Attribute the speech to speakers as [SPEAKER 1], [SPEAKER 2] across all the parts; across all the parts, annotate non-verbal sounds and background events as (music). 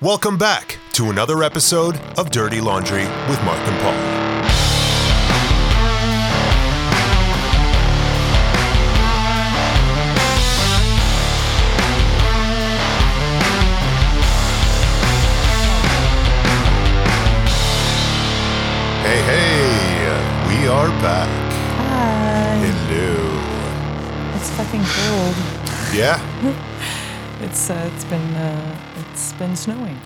[SPEAKER 1] Welcome back to another episode of Dirty Laundry with Mark and Paul. Hey, hey, we are back.
[SPEAKER 2] Hi.
[SPEAKER 1] Hello.
[SPEAKER 2] It's fucking cold.
[SPEAKER 1] Yeah?
[SPEAKER 2] It's uh, it's been uh, it's been snowing.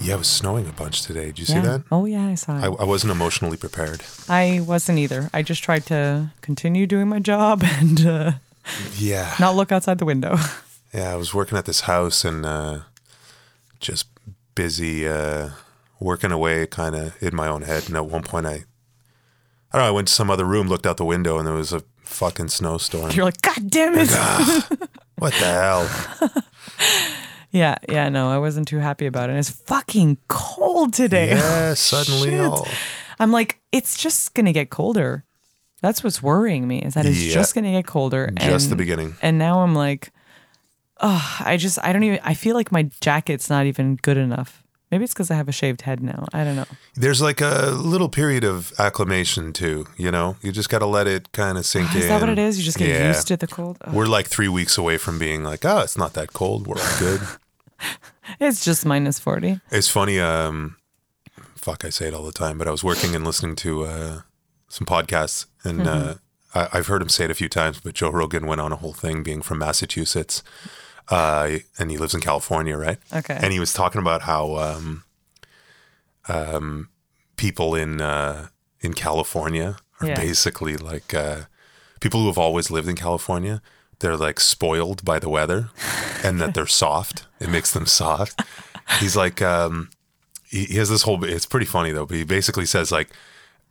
[SPEAKER 1] Yeah, it was snowing a bunch today. Did you
[SPEAKER 2] yeah.
[SPEAKER 1] see that?
[SPEAKER 2] Oh yeah, I saw
[SPEAKER 1] I,
[SPEAKER 2] it.
[SPEAKER 1] I wasn't emotionally prepared.
[SPEAKER 2] I, wasn't either. I just tried to continue doing my job (laughs) and uh,
[SPEAKER 1] Yeah.
[SPEAKER 2] not look outside the window. (laughs)
[SPEAKER 1] Yeah, I was working at this house and uh, just busy uh, working away kind of in my own head. And at one point, I, I don't know, I went to some other room, looked out the window, and there was a fucking snowstorm.
[SPEAKER 2] (laughs) You're like, God damn it.
[SPEAKER 1] Ah. What the
[SPEAKER 2] (laughs)
[SPEAKER 1] hell?
[SPEAKER 2] yeah, yeah. No, I wasn't too happy about it. And it's fucking cold today.
[SPEAKER 1] Yeah, suddenly
[SPEAKER 2] Shit.
[SPEAKER 1] all.
[SPEAKER 2] (laughs) I'm like, it's just gonna get colder. That's what's worrying me is that it's
[SPEAKER 1] Yeah.
[SPEAKER 2] just gonna get colder.
[SPEAKER 1] Just the
[SPEAKER 2] and-
[SPEAKER 1] beginning.
[SPEAKER 2] and now I'm like, oh, I just I don't even I feel like my jacket's not even good enough. Maybe it's because I have a shaved head now. I don't know.
[SPEAKER 1] There's like a little period of acclimation too, you know? You just got to let it kind of sink in.
[SPEAKER 2] Is that what it is? You just get
[SPEAKER 1] Yeah.
[SPEAKER 2] used to the cold. Ugh.
[SPEAKER 1] We're like three weeks away from being like, oh, it's not that cold. We're all good.
[SPEAKER 2] It's just minus forty.
[SPEAKER 1] It's funny. Um, fuck, I say it all the time, but I was working and listening to uh, some podcasts, and uh, I, I've heard him say it a few times. But Joe Rogan went on a whole thing being from Massachusetts, uh, and he lives in California, right?
[SPEAKER 2] Okay.
[SPEAKER 1] And he was talking about how um, um, people in uh, in California are
[SPEAKER 2] Yeah.
[SPEAKER 1] basically like uh, people who have always lived in California. They're like spoiled by the weather, and that they're
[SPEAKER 2] (laughs)
[SPEAKER 1] soft. It makes them soft. He's like, um, he, he has this whole. It's pretty funny though. But he basically says like,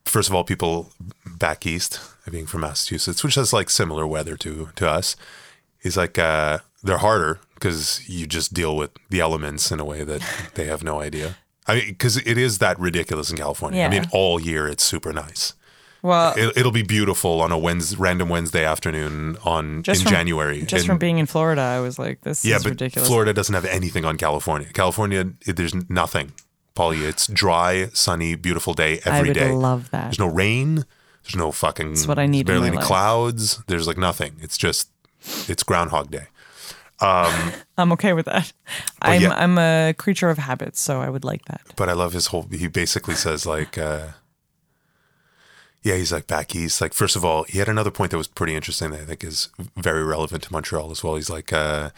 [SPEAKER 1] first of all, people back east, being from Massachusetts, which has like similar weather to to us, he's like uh, they're harder because you just deal with the elements in a way
[SPEAKER 2] (laughs)
[SPEAKER 1] that they have no idea. I mean, because it is that ridiculous in California. I mean,
[SPEAKER 2] Yeah.
[SPEAKER 1] all year it's super nice.
[SPEAKER 2] Well,
[SPEAKER 1] It, it'll be beautiful on a Wednesday, random Wednesday afternoon on
[SPEAKER 2] just
[SPEAKER 1] in
[SPEAKER 2] from,
[SPEAKER 1] January.
[SPEAKER 2] Just
[SPEAKER 1] And-
[SPEAKER 2] from being in Florida, I was like, this
[SPEAKER 1] yeah,
[SPEAKER 2] is
[SPEAKER 1] but
[SPEAKER 2] ridiculous.
[SPEAKER 1] Florida doesn't have anything on California. California, it, there's nothing. Paulie, it's dry, sunny, beautiful day
[SPEAKER 2] I
[SPEAKER 1] every
[SPEAKER 2] would
[SPEAKER 1] day.
[SPEAKER 2] love that.
[SPEAKER 1] There's no rain. There's no fucking. That's
[SPEAKER 2] what I need in
[SPEAKER 1] Barely
[SPEAKER 2] my
[SPEAKER 1] any
[SPEAKER 2] life.
[SPEAKER 1] clouds. There's like nothing. It's just, it's Groundhog Day.
[SPEAKER 2] I'm okay with
[SPEAKER 1] (laughs)
[SPEAKER 2] that. I'm
[SPEAKER 1] yeah.
[SPEAKER 2] I'm a creature of habits, so I would like that.
[SPEAKER 1] But I love his whole. He basically says like, uh, yeah, he's like back east. Like first of all, he had another point that was pretty interesting that I think is very relevant to Montreal as well. He's like, uh,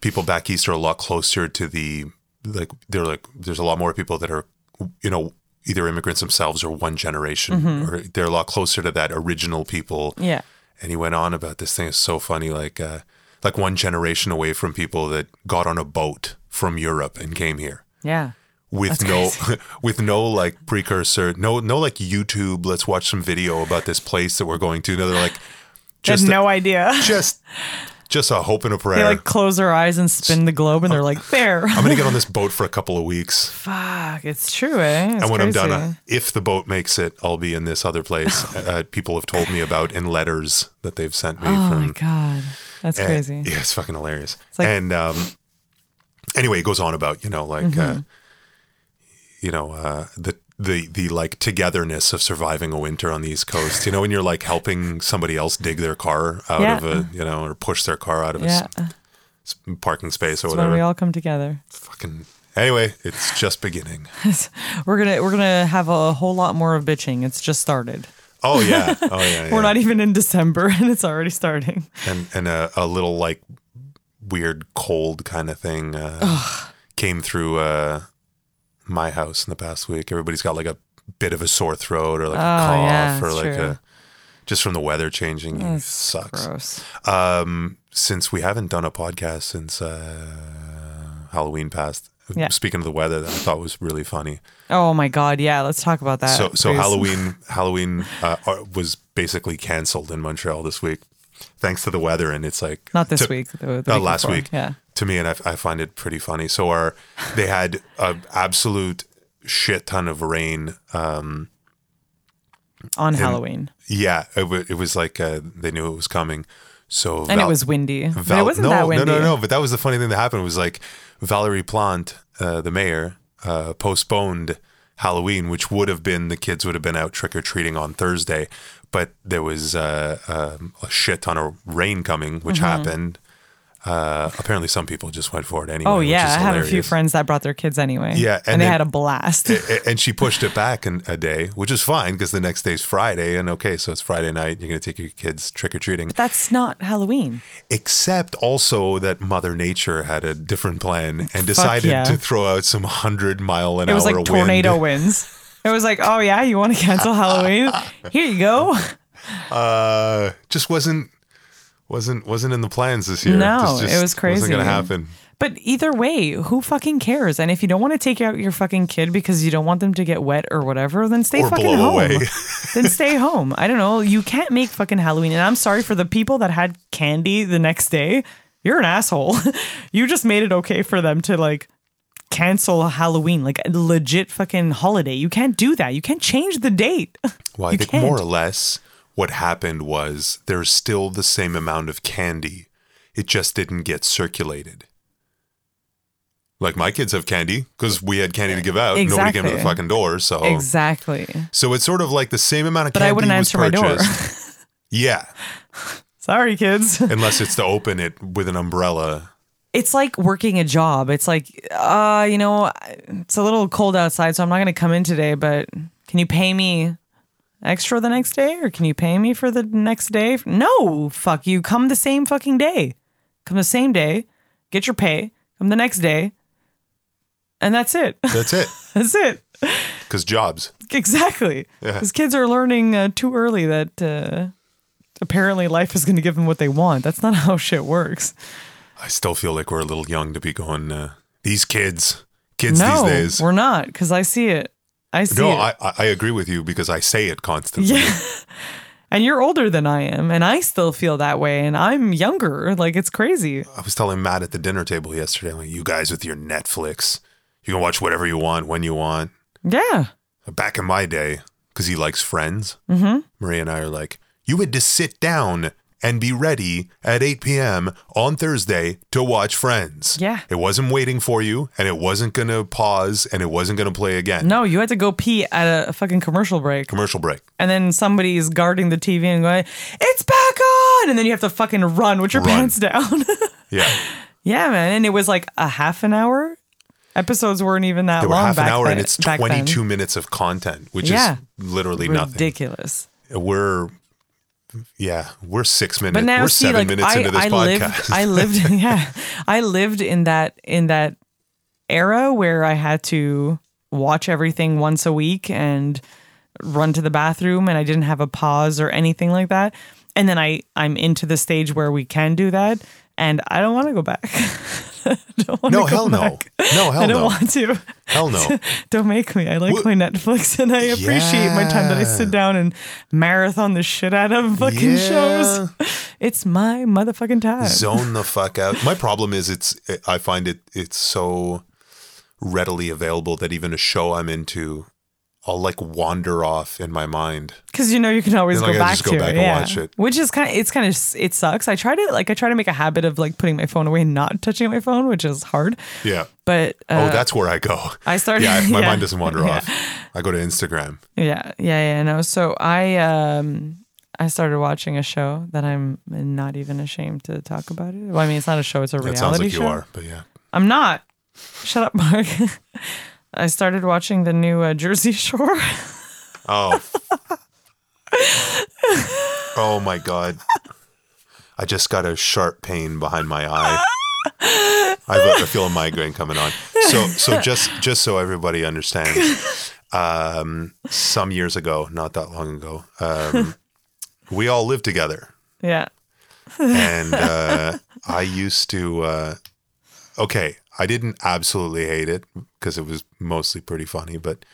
[SPEAKER 1] people back east are a lot closer to the like. They're like, there's a lot more people that are, you know. Either immigrants themselves or one generation, or they're a lot closer to that original people
[SPEAKER 2] Yeah.
[SPEAKER 1] and he went on about this thing. It's so funny, like uh, like one generation away from people that got on a boat from Europe and came here
[SPEAKER 2] Yeah.
[SPEAKER 1] with no (laughs) with no like precursor, no no like YouTube. Let's watch some video about this place that we're going to. No, they're
[SPEAKER 2] (laughs)
[SPEAKER 1] like just
[SPEAKER 2] Had no idea.
[SPEAKER 1] (laughs) just just a hope and a
[SPEAKER 2] (laughs) They
[SPEAKER 1] prayer.
[SPEAKER 2] like close their eyes and spin the globe, and they're like,
[SPEAKER 1] (laughs)
[SPEAKER 2] there.
[SPEAKER 1] I'm gonna get on this boat for a couple of weeks,
[SPEAKER 2] (laughs) Fuck, it's true, eh? It's
[SPEAKER 1] and when I'm done,
[SPEAKER 2] crazy.
[SPEAKER 1] uh, if the boat makes it, I'll be in this other place.
[SPEAKER 2] (laughs)
[SPEAKER 1] uh, people have told me about in letters that they've sent me
[SPEAKER 2] oh
[SPEAKER 1] from
[SPEAKER 2] my god, that's
[SPEAKER 1] And-
[SPEAKER 2] crazy.
[SPEAKER 1] Eh, Yeah, it's fucking hilarious.
[SPEAKER 2] like-
[SPEAKER 1] and um, anyway, it goes on about you know like
[SPEAKER 2] Mm-hmm.
[SPEAKER 1] uh, you know uh, the the the like togetherness of surviving a winter on the East Coast. You know, when you're like helping somebody else dig their car out
[SPEAKER 2] Yeah.
[SPEAKER 1] of a you know or push their car out of a
[SPEAKER 2] Yeah,
[SPEAKER 1] s- s- parking space or
[SPEAKER 2] it's when we
[SPEAKER 1] whatever.
[SPEAKER 2] all come together.
[SPEAKER 1] fucking anyway, it's just beginning.
[SPEAKER 2] We're gonna we're gonna have a whole lot more of bitching. It's just started.
[SPEAKER 1] Oh yeah, oh yeah. yeah.
[SPEAKER 2] We're not even in December, (laughs) and it's already starting.
[SPEAKER 1] and and a, a little like weird cold kind of thing uh, came through uh, my house in the past week. Everybody's got like a bit of a sore throat or like a cough
[SPEAKER 2] Oh, yeah,
[SPEAKER 1] or
[SPEAKER 2] it's
[SPEAKER 1] like
[SPEAKER 2] true.
[SPEAKER 1] a just from the weather changing. it
[SPEAKER 2] That's
[SPEAKER 1] sucks.
[SPEAKER 2] Gross.
[SPEAKER 1] Um, since we haven't done a podcast since uh, Halloween passed.
[SPEAKER 2] Yeah.
[SPEAKER 1] Speaking of the weather, that I thought was really funny.
[SPEAKER 2] Oh my god, yeah. Let's talk about that.
[SPEAKER 1] So, so
[SPEAKER 2] Uh, please.
[SPEAKER 1] Halloween, Halloween uh, are- was basically canceled in Montreal this week, thanks to the weather. And it's like
[SPEAKER 2] Not this
[SPEAKER 1] to-
[SPEAKER 2] week. The, the
[SPEAKER 1] uh,
[SPEAKER 2] week
[SPEAKER 1] last
[SPEAKER 2] before.
[SPEAKER 1] week
[SPEAKER 2] Yeah.
[SPEAKER 1] to me and I, I find it pretty funny so our they had an absolute shit ton of rain um
[SPEAKER 2] On Halloween,
[SPEAKER 1] yeah it, wa it was like uh, they knew it was coming so
[SPEAKER 2] and it was windy. but
[SPEAKER 1] Val-
[SPEAKER 2] it wasn't
[SPEAKER 1] no,
[SPEAKER 2] that windy.
[SPEAKER 1] no no no but that was the funny thing that happened was like Valerie Plante uh, the mayor, uh, postponed Halloween, which would have been the kids would have been out trick or treating on Thursday, but there was uh, um, a shit ton of rain coming, which
[SPEAKER 2] Mm-hmm.
[SPEAKER 1] happened. Uh, apparently, some people just went for it anyway.
[SPEAKER 2] Oh
[SPEAKER 1] which
[SPEAKER 2] yeah,
[SPEAKER 1] is
[SPEAKER 2] I have a few
[SPEAKER 1] hilarious.
[SPEAKER 2] friends that brought their kids anyway.
[SPEAKER 1] Yeah,
[SPEAKER 2] and,
[SPEAKER 1] and
[SPEAKER 2] they
[SPEAKER 1] then-
[SPEAKER 2] had a blast.
[SPEAKER 1] A- and she pushed it back an, a day, which is fine because the next day's Friday, and okay, so it's Friday night. You're gonna take your kids trick or treating,
[SPEAKER 2] (laughs) That's not Halloween.
[SPEAKER 1] except also that Mother Nature had a different plan and decided
[SPEAKER 2] yeah.
[SPEAKER 1] to throw out some hundred mile an
[SPEAKER 2] It
[SPEAKER 1] hour
[SPEAKER 2] was like
[SPEAKER 1] wind.
[SPEAKER 2] tornado winds. It was like, oh yeah, you want to
[SPEAKER 1] (laughs)
[SPEAKER 2] cancel Halloween? Here you go.
[SPEAKER 1] Uh, just wasn't wasn't wasn't in the plans this year.
[SPEAKER 2] No,
[SPEAKER 1] Just-
[SPEAKER 2] it
[SPEAKER 1] just
[SPEAKER 2] was crazy.
[SPEAKER 1] Wasn't gonna happen.
[SPEAKER 2] But either way, who fucking cares? And if you don't want to take out your fucking kid because you don't want them to get wet or whatever, then stay
[SPEAKER 1] Or
[SPEAKER 2] fucking
[SPEAKER 1] blow
[SPEAKER 2] home.
[SPEAKER 1] away.
[SPEAKER 2] (laughs) then stay home. I don't know. You can't make fucking Halloween. And I'm sorry for the people that had candy the next day. You're an asshole. (laughs) you just made it okay for them to like cancel Halloween, like a legit fucking holiday. You can't do that. You can't change the date.
[SPEAKER 1] Well, I
[SPEAKER 2] You
[SPEAKER 1] think
[SPEAKER 2] can't.
[SPEAKER 1] more or less what happened was there's still the same amount of candy. It just didn't get circulated. Like my kids have candy because we had candy to give out. Nobody came to the
[SPEAKER 2] Exactly.
[SPEAKER 1] fucking door, so
[SPEAKER 2] Exactly.
[SPEAKER 1] so it's sort of like the same amount of
[SPEAKER 2] But
[SPEAKER 1] candy
[SPEAKER 2] I wouldn't
[SPEAKER 1] was
[SPEAKER 2] answer my door.
[SPEAKER 1] purchased. yeah,
[SPEAKER 2] (laughs) Sorry, kids.
[SPEAKER 1] unless it's to open it with an umbrella.
[SPEAKER 2] it's like working a job. It's like, uh, you know, it's a little cold outside, so I'm not going to come in today, but can you pay me extra the next day or can you pay me for the next day? No, fuck you. Come the same fucking day. Come the same day, get your pay, come the next day. And that's it. (laughs)
[SPEAKER 1] That's it.
[SPEAKER 2] that's it.
[SPEAKER 1] Because jobs.
[SPEAKER 2] Exactly. Because kids are learning uh, too early that uh, apparently life is going to give them what they want. That's not (laughs) how shit works.
[SPEAKER 1] I still feel like we're a little young to be going. Uh, These kids, kids
[SPEAKER 2] no,
[SPEAKER 1] these days.
[SPEAKER 2] we're not because I see it. I see
[SPEAKER 1] No,
[SPEAKER 2] it.
[SPEAKER 1] I I I agree with you because I say it constantly.
[SPEAKER 2] yeah. and you're older than I am, and I still feel that way, and I'm younger. Like it's crazy.
[SPEAKER 1] I was telling Matt at the dinner table yesterday, I'm like, you guys with your Netflix, you can watch whatever you want when you want.
[SPEAKER 2] Yeah.
[SPEAKER 1] Back in my day, because he likes Friends, mm-hmm. Maria and I are like, you had to sit down and be ready at 8 p.m. on Thursday to watch Friends.
[SPEAKER 2] Yeah.
[SPEAKER 1] It wasn't waiting for you, and it wasn't going to pause, and it wasn't going to play again.
[SPEAKER 2] No, you had to go pee at a fucking commercial break,
[SPEAKER 1] Commercial break.
[SPEAKER 2] and then somebody is guarding the TV and going, "It's back on!" And then you have to fucking run with your
[SPEAKER 1] Run.
[SPEAKER 2] pants down. (laughs)
[SPEAKER 1] Yeah.
[SPEAKER 2] yeah, man. And it was like a half an hour. Episodes weren't even that
[SPEAKER 1] They were
[SPEAKER 2] long.
[SPEAKER 1] half an
[SPEAKER 2] back
[SPEAKER 1] hour, and
[SPEAKER 2] then-
[SPEAKER 1] it's
[SPEAKER 2] back then.
[SPEAKER 1] 22 minutes of content, which
[SPEAKER 2] Yeah.
[SPEAKER 1] is literally nothing.
[SPEAKER 2] Ridiculous.
[SPEAKER 1] we're yeah, we're six minutes.
[SPEAKER 2] But now
[SPEAKER 1] we're
[SPEAKER 2] see,
[SPEAKER 1] seven
[SPEAKER 2] like
[SPEAKER 1] minutes
[SPEAKER 2] I,
[SPEAKER 1] into this
[SPEAKER 2] I lived, (laughs)
[SPEAKER 1] podcast. (laughs)
[SPEAKER 2] I lived, yeah, I lived in that in that era where I had to watch everything once a week and run to the bathroom, and I didn't have a pause or anything like that. And then I I'm into the stage where we can do that, and I don't want to go back. (laughs) I don't wanna
[SPEAKER 1] no,
[SPEAKER 2] go
[SPEAKER 1] hell no.
[SPEAKER 2] back.
[SPEAKER 1] No,
[SPEAKER 2] I
[SPEAKER 1] hell
[SPEAKER 2] don't
[SPEAKER 1] no.
[SPEAKER 2] want to.
[SPEAKER 1] Hell no.
[SPEAKER 2] (laughs) Don't make me. I like my Netflix (laughs) and I appreciate my time that I sit down and marathon the shit out of fucking
[SPEAKER 1] Yeah.
[SPEAKER 2] shows. (laughs) It's my motherfucking
[SPEAKER 1] (laughs)
[SPEAKER 2] time.
[SPEAKER 1] Zone the fuck out. My problem is it's I find it it's so readily available that even a show I'm into, I'll like wander off in my mind.
[SPEAKER 2] Because you know you can always
[SPEAKER 1] Then, like,
[SPEAKER 2] go
[SPEAKER 1] I
[SPEAKER 2] back
[SPEAKER 1] just go
[SPEAKER 2] to
[SPEAKER 1] back
[SPEAKER 2] it.
[SPEAKER 1] and
[SPEAKER 2] yeah.
[SPEAKER 1] watch it.
[SPEAKER 2] Which is kind of, it's kind of, it sucks. I try to, like, I try to make a habit of, like, putting my phone away and not touching my phone, which is hard.
[SPEAKER 1] Yeah.
[SPEAKER 2] But,
[SPEAKER 1] Oh,
[SPEAKER 2] uh,
[SPEAKER 1] that's where I go.
[SPEAKER 2] I started-
[SPEAKER 1] Oh, Yeah, my
[SPEAKER 2] (laughs) yeah.
[SPEAKER 1] mind doesn't wander
[SPEAKER 2] Yeah.
[SPEAKER 1] off. I go to Instagram.
[SPEAKER 2] yeah, yeah, yeah, no. So I, um, I started watching a show that I'm not even ashamed to talk about it. Well, I mean, it's not a show; it's a
[SPEAKER 1] That
[SPEAKER 2] reality
[SPEAKER 1] sounds like
[SPEAKER 2] show.
[SPEAKER 1] you are, but yeah.
[SPEAKER 2] I'm not. Shut up, Mark. (laughs) I started watching the new uh, Jersey (laughs) Shore.
[SPEAKER 1] Oh. oh my god. I just got a sharp pain behind my eye. I have a- I feel a migraine coming on. So so just just so everybody understands, um, some years ago, not that long ago, um, we all lived together,
[SPEAKER 2] yeah.
[SPEAKER 1] and
[SPEAKER 2] (laughs)
[SPEAKER 1] uh, I used to. Uh, okay, I didn't absolutely hate it because it was mostly pretty funny, but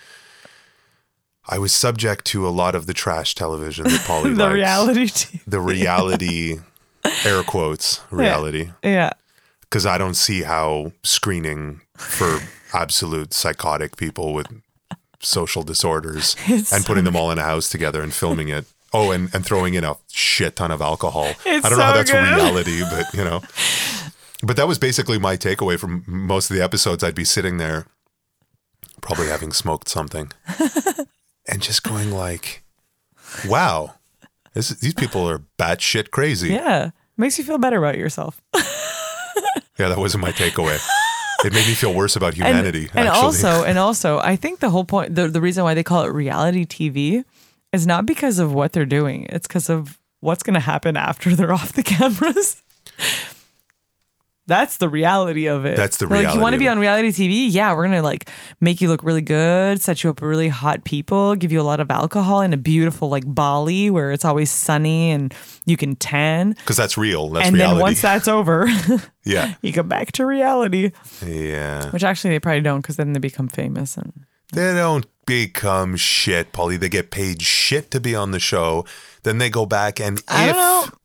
[SPEAKER 1] I was subject to a lot of the trash television
[SPEAKER 2] (laughs)
[SPEAKER 1] that Polly
[SPEAKER 2] The
[SPEAKER 1] likes.
[SPEAKER 2] reality TV.
[SPEAKER 1] the reality, air quotes, reality,
[SPEAKER 2] Yeah.
[SPEAKER 1] because I don't see how screening for absolute psychotic people with social disorders
[SPEAKER 2] (laughs) It's
[SPEAKER 1] and putting them all in a house together and filming it. Oh, and, and throwing in a shit ton of alcohol.
[SPEAKER 2] (laughs) It's
[SPEAKER 1] I don't know how
[SPEAKER 2] so
[SPEAKER 1] that's
[SPEAKER 2] good.
[SPEAKER 1] reality, but you know. but that was basically my takeaway from most of the episodes. I'd be sitting there, probably having smoked
[SPEAKER 2] (laughs)
[SPEAKER 1] something, and just going like, "Wow, this, these people are batshit crazy."
[SPEAKER 2] Yeah. Makes you feel better about yourself.
[SPEAKER 1] Yeah, that wasn't my takeaway.
[SPEAKER 2] (laughs)
[SPEAKER 1] it made me feel worse about
[SPEAKER 2] And-
[SPEAKER 1] humanity.
[SPEAKER 2] And,
[SPEAKER 1] actually.
[SPEAKER 2] also, and also, I think the whole point, the, the reason why they call it reality TV is not because of what they're doing. It's because of what's going to happen after they're (laughs) off the cameras. That's the reality of it.
[SPEAKER 1] That's the
[SPEAKER 2] They're Like,
[SPEAKER 1] reality
[SPEAKER 2] you want to
[SPEAKER 1] of
[SPEAKER 2] be
[SPEAKER 1] it.
[SPEAKER 2] on reality TV? Yeah, we're gonna like make you look really good, set you up with really hot people, give you a lot of alcohol in a beautiful like Bali where it's always sunny and you can tan.
[SPEAKER 1] because that's real. That's
[SPEAKER 2] and
[SPEAKER 1] reality.
[SPEAKER 2] then
[SPEAKER 1] (laughs)
[SPEAKER 2] once that's over, (laughs)
[SPEAKER 1] yeah,
[SPEAKER 2] you go back to reality.
[SPEAKER 1] yeah.
[SPEAKER 2] Which actually they probably don't because then they become famous and
[SPEAKER 1] They don't become shit, Polly. They get paid shit to be on the show. Then they go back and
[SPEAKER 2] I
[SPEAKER 1] if
[SPEAKER 2] don't know.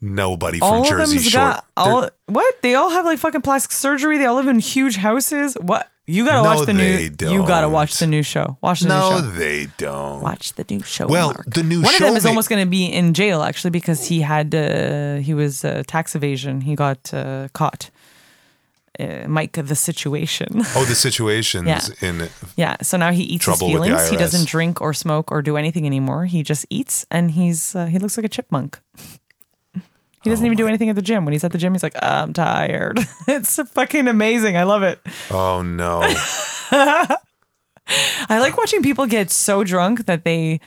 [SPEAKER 1] nobody from
[SPEAKER 2] all of
[SPEAKER 1] Jersey
[SPEAKER 2] them's
[SPEAKER 1] Shore,
[SPEAKER 2] got
[SPEAKER 1] they're-
[SPEAKER 2] all what? They all have like fucking plastic surgery. They all live in huge houses. What? You gotta
[SPEAKER 1] No,
[SPEAKER 2] watch the
[SPEAKER 1] they
[SPEAKER 2] new. You gotta
[SPEAKER 1] don't.
[SPEAKER 2] watch the new show. Watch the
[SPEAKER 1] no,
[SPEAKER 2] new show.
[SPEAKER 1] they don't.
[SPEAKER 2] Watch the new show.
[SPEAKER 1] Well,
[SPEAKER 2] Mark.
[SPEAKER 1] the new
[SPEAKER 2] One
[SPEAKER 1] show
[SPEAKER 2] of them is
[SPEAKER 1] they-
[SPEAKER 2] almost gonna be in jail actually because he had uh, he was uh, tax evasion. He got uh, caught. Uh, Mike the situation.
[SPEAKER 1] Oh, the situations
[SPEAKER 2] Yeah.
[SPEAKER 1] in
[SPEAKER 2] yeah. So now he eats
[SPEAKER 1] Trouble
[SPEAKER 2] his
[SPEAKER 1] with the
[SPEAKER 2] feelings. He
[SPEAKER 1] IRS.
[SPEAKER 2] doesn't drink or smoke or do anything anymore. He just eats and he's uh, he looks like a chipmunk. (laughs) He
[SPEAKER 1] Oh
[SPEAKER 2] doesn't even do anything at the gym. When he's at the gym, he's like, I'm tired. (laughs) it's fucking amazing. I love it.
[SPEAKER 1] oh no,
[SPEAKER 2] (laughs) I like watching people get so drunk that they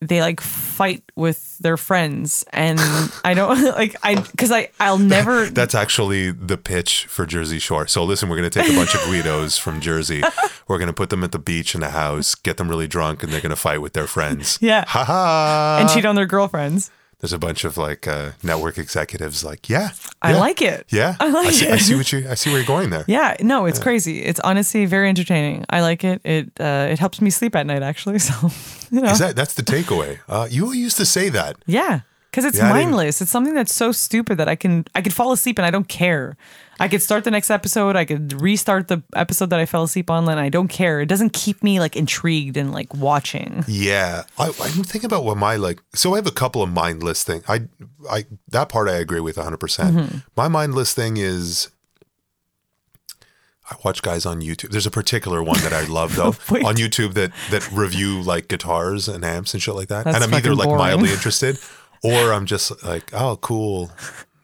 [SPEAKER 2] they like fight with their friends
[SPEAKER 1] (laughs)
[SPEAKER 2] and I don't (laughs) like I cuz I I'll never
[SPEAKER 1] that's actually the pitch for Jersey Shore. So listen, we're gonna take a bunch of Guidos from
[SPEAKER 2] (laughs)
[SPEAKER 1] Jersey. We're gonna put them at the beach in a house, get them really drunk, and they're gonna fight with their friends.
[SPEAKER 2] (laughs) Yeah.
[SPEAKER 1] ha ha.
[SPEAKER 2] and cheat on their girlfriends.
[SPEAKER 1] There's a bunch of like uh, network executives like, yeah,
[SPEAKER 2] I
[SPEAKER 1] yeah,
[SPEAKER 2] like it.
[SPEAKER 1] Yeah,
[SPEAKER 2] I like
[SPEAKER 1] see,
[SPEAKER 2] it.
[SPEAKER 1] I see what you. I see where you're going there.
[SPEAKER 2] (laughs) Yeah, no, it's crazy. It's honestly very entertaining. I like it. It uh, it helps me sleep at night actually. (laughs) So you know,
[SPEAKER 1] Is that that's the takeaway? Uh, you used to say that.
[SPEAKER 2] yeah, because it's
[SPEAKER 1] Yeah, I didn't-
[SPEAKER 2] mindless. It's something that's so stupid that I can I could fall asleep and I don't care. I could start the next episode. I could restart the episode that I fell asleep on, and I don't care. It doesn't keep me like intrigued and like watching.
[SPEAKER 1] Yeah, I, I'm thinking about what my like. So I have a couple of mindless things. I, I that part I agree with 100.
[SPEAKER 2] Mm-hmm.
[SPEAKER 1] percent My mindless thing is. I watch guys on YouTube. There's a particular one that I love though
[SPEAKER 2] (laughs) Wait.
[SPEAKER 1] on YouTube that that review like guitars and amps and shit like that.
[SPEAKER 2] That's
[SPEAKER 1] and I'm either
[SPEAKER 2] fucking
[SPEAKER 1] like
[SPEAKER 2] boring. (laughs)
[SPEAKER 1] mildly interested, or I'm just like, oh, cool,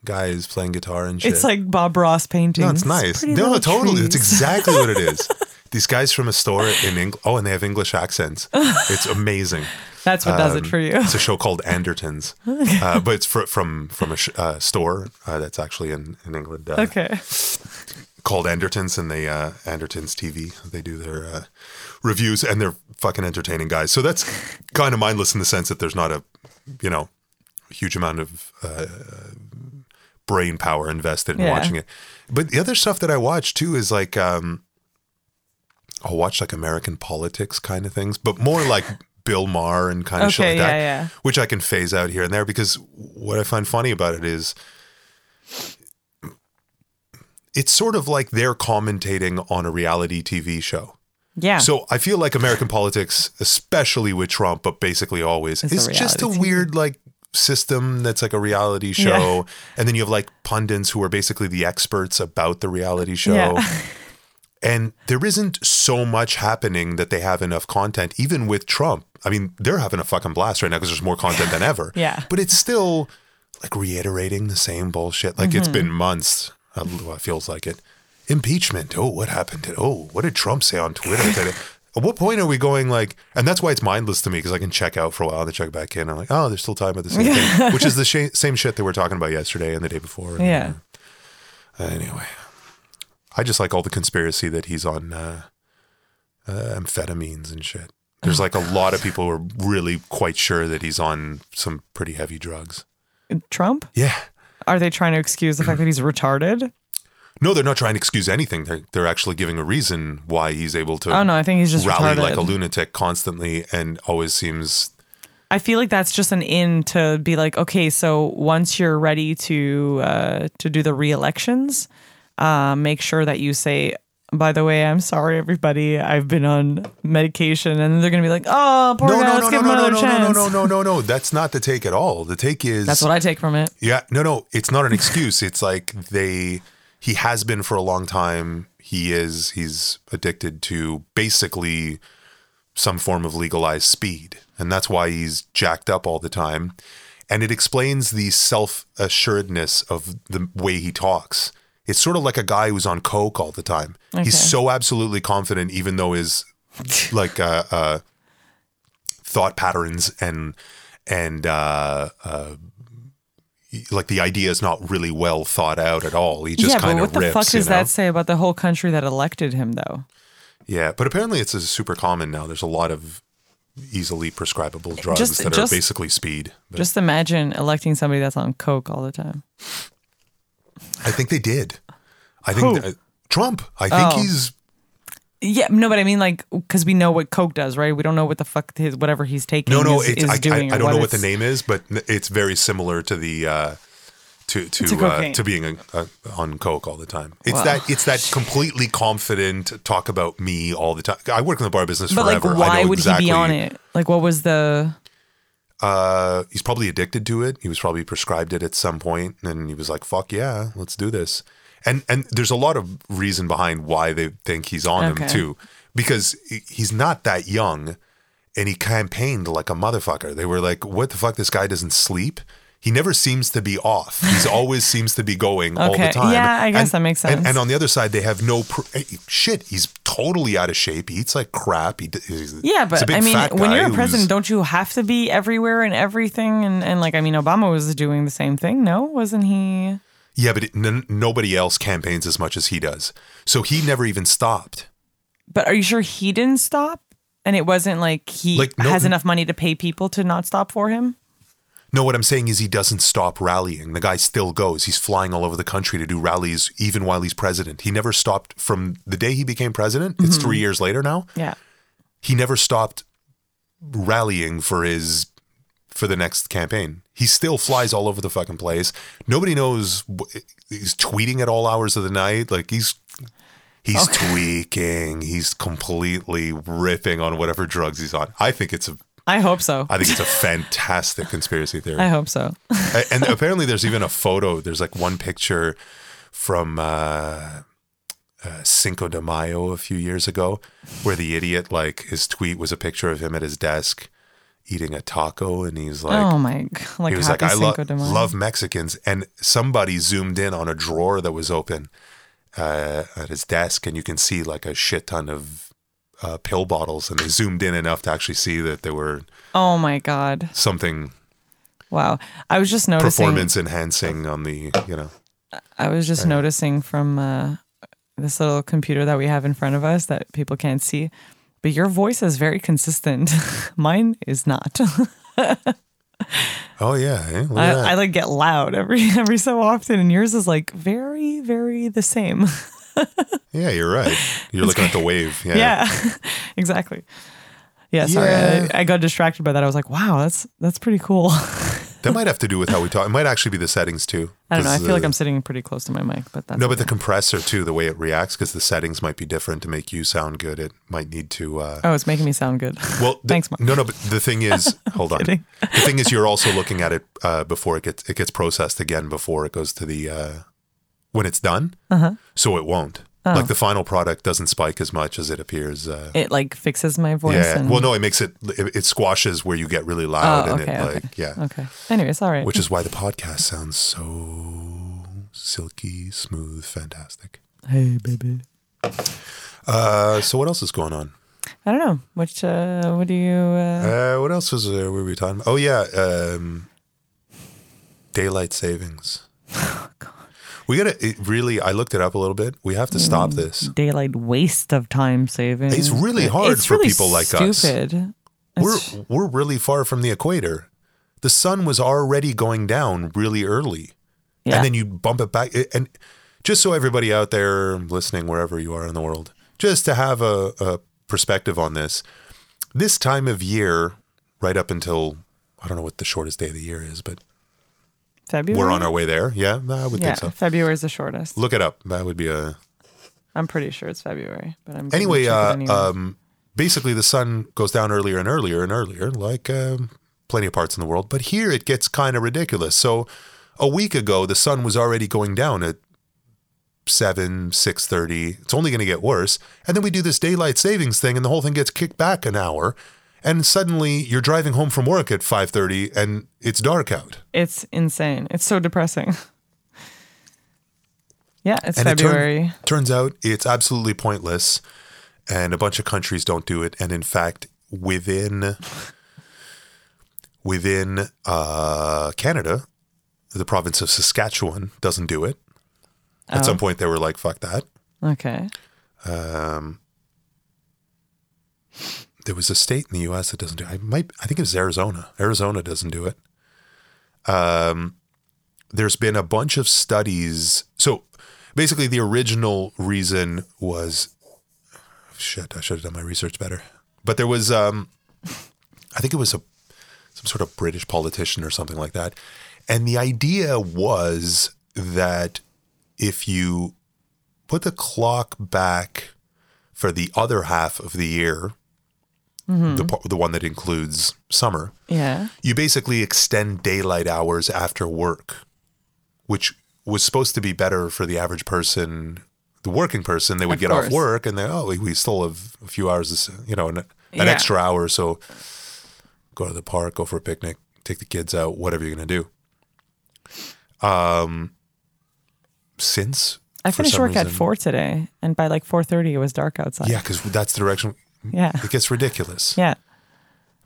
[SPEAKER 1] guys playing guitar and shit.
[SPEAKER 2] It's like Bob Ross painting.
[SPEAKER 1] No, it's nice. No, totally. It's exactly what it
[SPEAKER 2] (laughs)
[SPEAKER 1] is. These guys from a store in England. Oh, and they have English
[SPEAKER 2] (laughs)
[SPEAKER 1] accents. It's amazing.
[SPEAKER 2] That's what does it
[SPEAKER 1] Um,
[SPEAKER 2] for you.
[SPEAKER 1] It's a show called Andertons, uh, but it's fr- from from a sh- uh, store uh, that's actually in in England uh,
[SPEAKER 2] (laughs) Okay.
[SPEAKER 1] called Andertons, and they uh, Andertons TV. They do their uh, reviews, and they're fucking entertaining guys. So that's kind of mindless in the sense that there's not a you know huge amount of uh, brain power invested in
[SPEAKER 2] Yeah.
[SPEAKER 1] watching it. But the other stuff that I watch too is like um, I'll watch like American politics kind of things, but more
[SPEAKER 2] (laughs)
[SPEAKER 1] like Bill Maher and kind of shit
[SPEAKER 2] Okay,
[SPEAKER 1] like that,
[SPEAKER 2] yeah, yeah.
[SPEAKER 1] which I can phase out here and there because what I find funny about it is it's sort of like they're commentating on a reality TV show.
[SPEAKER 2] Yeah.
[SPEAKER 1] So I feel like American politics, especially with Trump, but basically always,
[SPEAKER 2] It's a
[SPEAKER 1] is just a
[SPEAKER 2] reality
[SPEAKER 1] weird like system that's like a reality show. And then you have like pundits who are basically the experts about the reality show.
[SPEAKER 2] Yeah.
[SPEAKER 1] And there isn't so much happening that they have enough content, even with Trump. I mean, they're having a fucking blast right now because there's more content
[SPEAKER 2] (laughs)
[SPEAKER 1] than ever.
[SPEAKER 2] Yeah.
[SPEAKER 1] But it's still like reiterating the same bullshit. Like
[SPEAKER 2] Mm-hmm.
[SPEAKER 1] it's been months. Uh, well, it feels like it. Impeachment. Oh, what happened? To, oh, what did Trump say on Twitter today? At what point are we going like, and that's why it's mindless to me because I can check out for a while and then check back in. I'm like, oh, they're still talking about the same
[SPEAKER 2] (laughs)
[SPEAKER 1] thing, which is the sh- same shit that we're talking about yesterday and the day before. and,
[SPEAKER 2] yeah.
[SPEAKER 1] uh, anyway, I just like all the conspiracy that he's on uh, uh, amphetamines and shit. There's
[SPEAKER 2] Oh,
[SPEAKER 1] like a lot of people who are really quite sure that he's on some pretty heavy drugs.
[SPEAKER 2] Trump?
[SPEAKER 1] Yeah.
[SPEAKER 2] Are they trying to excuse the fact that he's retarded?
[SPEAKER 1] No, they're not trying to excuse anything. They're, they're actually giving a reason why he's able to
[SPEAKER 2] Oh no, I think he's just
[SPEAKER 1] rally
[SPEAKER 2] retarded.
[SPEAKER 1] like a lunatic constantly and always seems.
[SPEAKER 2] I feel like that's just an in to be like, okay, so once you're ready to uh, to do the re-elections, uh, make sure that you say by the way, I'm sorry, everybody. I've been on medication, and they're gonna be like, "Oh, poor
[SPEAKER 1] No,
[SPEAKER 2] guy,
[SPEAKER 1] no,
[SPEAKER 2] let's
[SPEAKER 1] no, no,
[SPEAKER 2] give him
[SPEAKER 1] no, no,
[SPEAKER 2] another
[SPEAKER 1] no, no,
[SPEAKER 2] chance."
[SPEAKER 1] no, no, no, no. That's not the take at all. The take is
[SPEAKER 2] (laughs) That's what I take from it.
[SPEAKER 1] Yeah, no, no, it's not an excuse. It's like they he has been for a long time. He is he's addicted to basically some form of legalized speed, and that's why he's jacked up all the time. And it explains the self-assuredness of the way he talks. It's sort of like a guy who's on coke all the time.
[SPEAKER 2] Okay.
[SPEAKER 1] He's so absolutely confident, even though
[SPEAKER 2] (laughs)
[SPEAKER 1] his like uh, uh, thought patterns and and uh, like the idea is not really well thought out at all. He just
[SPEAKER 2] yeah, but
[SPEAKER 1] kind
[SPEAKER 2] what
[SPEAKER 1] of
[SPEAKER 2] the
[SPEAKER 1] rips.
[SPEAKER 2] fuck
[SPEAKER 1] you
[SPEAKER 2] does
[SPEAKER 1] know?
[SPEAKER 2] that say about the whole country that elected him, though?
[SPEAKER 1] Yeah, but apparently it's uh, super common now. There's a lot of easily prescribable drugs
[SPEAKER 2] Just-
[SPEAKER 1] that
[SPEAKER 2] just-
[SPEAKER 1] are basically speed. But
[SPEAKER 2] Just imagine electing somebody that's on coke all the time.
[SPEAKER 1] I think they did. I think
[SPEAKER 2] Who?
[SPEAKER 1] th- uh, Trump. I think
[SPEAKER 2] Oh.
[SPEAKER 1] he's
[SPEAKER 2] Yeah, no, but I mean, like, because we know what coke does, right? We don't know what the fuck his whatever he's taking.
[SPEAKER 1] no, no.
[SPEAKER 2] is,
[SPEAKER 1] it's,
[SPEAKER 2] is
[SPEAKER 1] I,
[SPEAKER 2] doing.
[SPEAKER 1] I, I
[SPEAKER 2] or
[SPEAKER 1] don't know what the
[SPEAKER 2] it's-
[SPEAKER 1] name is, but n- it's very similar to the. Uh, to to
[SPEAKER 2] To
[SPEAKER 1] uh,
[SPEAKER 2] cocaine.
[SPEAKER 1] to being a, a, on coke all the time. It's
[SPEAKER 2] Wow.
[SPEAKER 1] that it's that completely confident talk about me all the time. I work in the bar business
[SPEAKER 2] But
[SPEAKER 1] forever.
[SPEAKER 2] like, why
[SPEAKER 1] I know
[SPEAKER 2] would
[SPEAKER 1] exactly
[SPEAKER 2] he be on it? Like, what was the?
[SPEAKER 1] Uh, he's probably addicted to it. He was probably prescribed it at some point, and he was like, "Fuck yeah, let's do this." And and there's a lot of reason behind why they think he's on him
[SPEAKER 2] Okay.
[SPEAKER 1] too, because he- he's not that young, and he campaigned like a motherfucker. They were like, "What the fuck? This guy doesn't sleep." He never seems to be off.
[SPEAKER 2] (laughs)
[SPEAKER 1] He's always seems to be going all the
[SPEAKER 2] Okay.
[SPEAKER 1] time.
[SPEAKER 2] Yeah, I guess
[SPEAKER 1] And-
[SPEAKER 2] that makes
[SPEAKER 1] and-
[SPEAKER 2] sense.
[SPEAKER 1] and on the other side, they have no pr- eh, shit. He's totally out of shape. He eats like crap. He, d- he's,
[SPEAKER 2] Yeah,
[SPEAKER 1] he's a
[SPEAKER 2] but
[SPEAKER 1] big
[SPEAKER 2] I mean,
[SPEAKER 1] fat
[SPEAKER 2] when
[SPEAKER 1] guy
[SPEAKER 2] you're a
[SPEAKER 1] who's-
[SPEAKER 2] president, don't you have to be everywhere and everything? And and like, I mean, Obama was doing the same thing. No, wasn't he?
[SPEAKER 1] Yeah, but it, n- nobody else campaigns as much as he does. So he never even stopped.
[SPEAKER 2] But are you sure he didn't stop? And it wasn't like he
[SPEAKER 1] Like, no-
[SPEAKER 2] has enough money to pay people to not stop for him.
[SPEAKER 1] No, what I'm saying is he doesn't stop rallying. The guy still goes. He's flying all over the country to do rallies even while he's president. He never stopped from the day he became president. It's 3 years later now.
[SPEAKER 2] Yeah.
[SPEAKER 1] He never stopped rallying for his for the next campaign. He still flies all over the fucking place. Nobody knows wh- he's tweeting at all hours of the night. Like he's he's tweaking. He's completely ripping on whatever drugs he's on. I think it's a
[SPEAKER 2] I hope so.
[SPEAKER 1] I think it's a fantastic conspiracy theory.
[SPEAKER 2] I hope so.
[SPEAKER 1] A- and apparently there's even a photo. There's like one picture from uh, uh, Cinco de Mayo a few years ago, where the idiot like his tweet was a picture of him at his desk eating a taco, and he's like.
[SPEAKER 2] (laughs) oh my god! Like,
[SPEAKER 1] He was like,
[SPEAKER 2] happy
[SPEAKER 1] I lo-
[SPEAKER 2] Cinco de Mayo.
[SPEAKER 1] love Mexicans. And somebody zoomed in on a drawer that was open uh, at his desk, and you can see like a shit ton of uh, pill bottles. And they zoomed in enough to actually see that there were
[SPEAKER 2] Oh my god!
[SPEAKER 1] something
[SPEAKER 2] Wow. I was just noticing.
[SPEAKER 1] performance enhancing on the, you know.
[SPEAKER 2] I was just noticing from uh, this little computer that we have in front of us that people can't see, but your voice is very consistent. (laughs) Mine is not. (laughs)
[SPEAKER 1] Oh, yeah. eh? Look at that.
[SPEAKER 2] I, I like get loud every (laughs) every so often, and yours is like very very the same. (laughs)
[SPEAKER 1] yeah, you're right. You're looking at the wave. Yeah.
[SPEAKER 2] yeah, (laughs) exactly. Yeah, sorry,
[SPEAKER 1] Yeah.
[SPEAKER 2] I, I got distracted by that. I was like, wow, that's that's pretty cool. (laughs)
[SPEAKER 1] That might have to do with how we talk. It might actually be the settings too.
[SPEAKER 2] I don't know. I
[SPEAKER 1] 'Cause,
[SPEAKER 2] feel like
[SPEAKER 1] uh,
[SPEAKER 2] I'm sitting pretty close to my mic, but that's
[SPEAKER 1] No, but the compressor too, the way it reacts, because the settings might be different to make you sound good. It might need to. Uh,
[SPEAKER 2] oh, it's making me sound good. (laughs)
[SPEAKER 1] Well, the,
[SPEAKER 2] Thanks, Mark.
[SPEAKER 1] No, no, but the thing
[SPEAKER 2] (laughs)
[SPEAKER 1] is, hold on.
[SPEAKER 2] kidding.
[SPEAKER 1] The thing is, you're also looking at it uh, before it gets it gets processed again before it goes to the uh, when it's done.
[SPEAKER 2] Uh-huh.
[SPEAKER 1] So it won't.
[SPEAKER 2] Oh.
[SPEAKER 1] Like the final product doesn't spike as much as it appears. Uh,
[SPEAKER 2] it like fixes my voice.
[SPEAKER 1] yeah.
[SPEAKER 2] And,
[SPEAKER 1] Well, no, it makes it, it it squashes where you get really loud,
[SPEAKER 2] Oh,
[SPEAKER 1] and
[SPEAKER 2] okay,
[SPEAKER 1] it
[SPEAKER 2] okay.
[SPEAKER 1] like yeah,
[SPEAKER 2] Okay. Anyways, all right.
[SPEAKER 1] which is why the podcast sounds so silky, smooth, fantastic.
[SPEAKER 2] hey, baby.
[SPEAKER 1] Uh, so what else is going on?
[SPEAKER 2] I don't know. Which uh, what do you? Uh,
[SPEAKER 1] Uh, what else was uh, were we talking? About? Oh yeah, um, daylight savings.
[SPEAKER 2] (laughs)
[SPEAKER 1] We gotta it really. I looked it up a little bit. We have to stop
[SPEAKER 2] Mm-hmm.
[SPEAKER 1] this.
[SPEAKER 2] daylight waste of time saving.
[SPEAKER 1] It's really hard
[SPEAKER 2] It's
[SPEAKER 1] for
[SPEAKER 2] really
[SPEAKER 1] people like us.
[SPEAKER 2] stupid. us.
[SPEAKER 1] We're we're really far from the equator. The sun was already going down really early,
[SPEAKER 2] Yeah.
[SPEAKER 1] and then you bump it back. it- And just so everybody out there listening, wherever you are in the world, just to have a, a perspective on this, this time of year, right up until I don't know what the shortest day of the year is, but
[SPEAKER 2] February.
[SPEAKER 1] We're on our way there. Yeah, I would
[SPEAKER 2] Mm-hmm. Yeah,
[SPEAKER 1] think so.
[SPEAKER 2] February is the shortest.
[SPEAKER 1] Look it up. That would be a
[SPEAKER 2] I'm pretty sure it's February, but I'm gonna
[SPEAKER 1] Anyway,
[SPEAKER 2] check it
[SPEAKER 1] uh,
[SPEAKER 2] anyway.
[SPEAKER 1] um, basically the sun goes down earlier and earlier and earlier, like um, plenty of parts in the world. But here it gets kind of ridiculous. So a week ago, the sun was already going down at seven, six thirty. It's only going to get worse. And then we do this daylight savings thing, and the whole thing gets kicked back an hour. And suddenly you're driving home from work at five thirty, and it's dark out.
[SPEAKER 2] it's insane. It's so depressing. (laughs) yeah, it's
[SPEAKER 1] And it turn-
[SPEAKER 2] February.
[SPEAKER 1] turns out it's absolutely pointless, and a bunch of countries don't do it. And in fact, within within uh, Canada, the province of Saskatchewan doesn't do it. At
[SPEAKER 2] Oh.
[SPEAKER 1] some point, they were like, "Fuck that."
[SPEAKER 2] okay.
[SPEAKER 1] There was a state in the U.S. that doesn't do. I might. I think it was Arizona. Arizona doesn't do it. Um, there's been a bunch of studies. So basically, the original reason was shit. I should have done my research better. But there was, um, I think it was a some sort of British politician or something like that, and the idea was that if you put the clock back for the other half of the year,
[SPEAKER 2] Hmm.
[SPEAKER 1] the pa- the one that includes summer,
[SPEAKER 2] Yeah.
[SPEAKER 1] you basically extend daylight hours after work, which was supposed to be better for the average person, the working person. They would
[SPEAKER 2] Of
[SPEAKER 1] get off
[SPEAKER 2] course.
[SPEAKER 1] work and they, oh, we- we still have a few hours, this- you know, an, an
[SPEAKER 2] Yeah.
[SPEAKER 1] extra hour. So go to the park, go for a picnic, take the kids out, whatever you're going to do. Um, since
[SPEAKER 2] I
[SPEAKER 1] for
[SPEAKER 2] finished
[SPEAKER 1] some
[SPEAKER 2] work at
[SPEAKER 1] reason-
[SPEAKER 2] four today, and by like four thirty, it was dark outside.
[SPEAKER 1] Yeah, because that's the direction.
[SPEAKER 2] Yeah.
[SPEAKER 1] It gets ridiculous.
[SPEAKER 2] Yeah.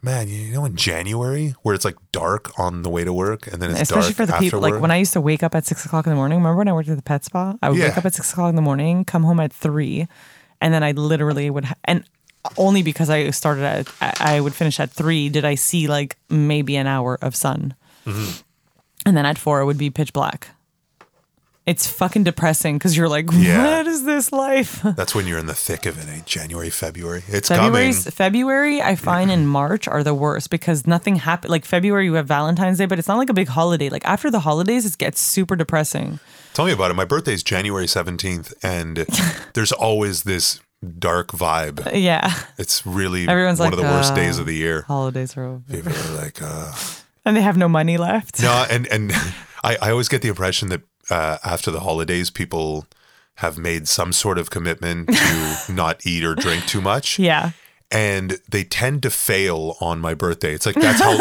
[SPEAKER 1] Man, you know, in January where it's like dark on the way to work and then it's
[SPEAKER 2] Especially
[SPEAKER 1] dark
[SPEAKER 2] for the
[SPEAKER 1] after
[SPEAKER 2] people,
[SPEAKER 1] work.
[SPEAKER 2] like when I used to wake up at six o'clock in the morning. Remember when I worked at the pet spa? I would
[SPEAKER 1] Yeah.
[SPEAKER 2] wake up at six o'clock in the morning, come home at three, and then I literally would, ha- and only because I started at, I I would finish at three, did I see like maybe an hour of sun.
[SPEAKER 1] Mm-hmm.
[SPEAKER 2] And then at four, it would be pitch black. It's fucking depressing because you're like,
[SPEAKER 1] Yeah.
[SPEAKER 2] what is this life?
[SPEAKER 1] That's when you're in the thick of it, eh? January, February. It's
[SPEAKER 2] February,
[SPEAKER 1] coming.
[SPEAKER 2] February, I find in March are the worst because nothing happened. Like February, you have Valentine's Day, but it's not like a big holiday. Like after the holidays, it gets super depressing. (laughs)
[SPEAKER 1] Tell me about it. My birthday's January 17th, and there's always this dark vibe.
[SPEAKER 2] Yeah,
[SPEAKER 1] It's really
[SPEAKER 2] Everyone's
[SPEAKER 1] one
[SPEAKER 2] like,
[SPEAKER 1] of the worst
[SPEAKER 2] uh,
[SPEAKER 1] days of the
[SPEAKER 2] (laughs)
[SPEAKER 1] year.
[SPEAKER 2] holidays are over,
[SPEAKER 1] People are like, uh,
[SPEAKER 2] and they have no money left. (laughs)
[SPEAKER 1] no, and, and (laughs) I, I always get the impression that uh, after the holidays, people have made some sort of commitment
[SPEAKER 2] (laughs)
[SPEAKER 1] to not eat or drink too much.
[SPEAKER 2] Yeah,
[SPEAKER 1] and they tend to fail on my birthday. It's like that's
[SPEAKER 2] (laughs)
[SPEAKER 1] how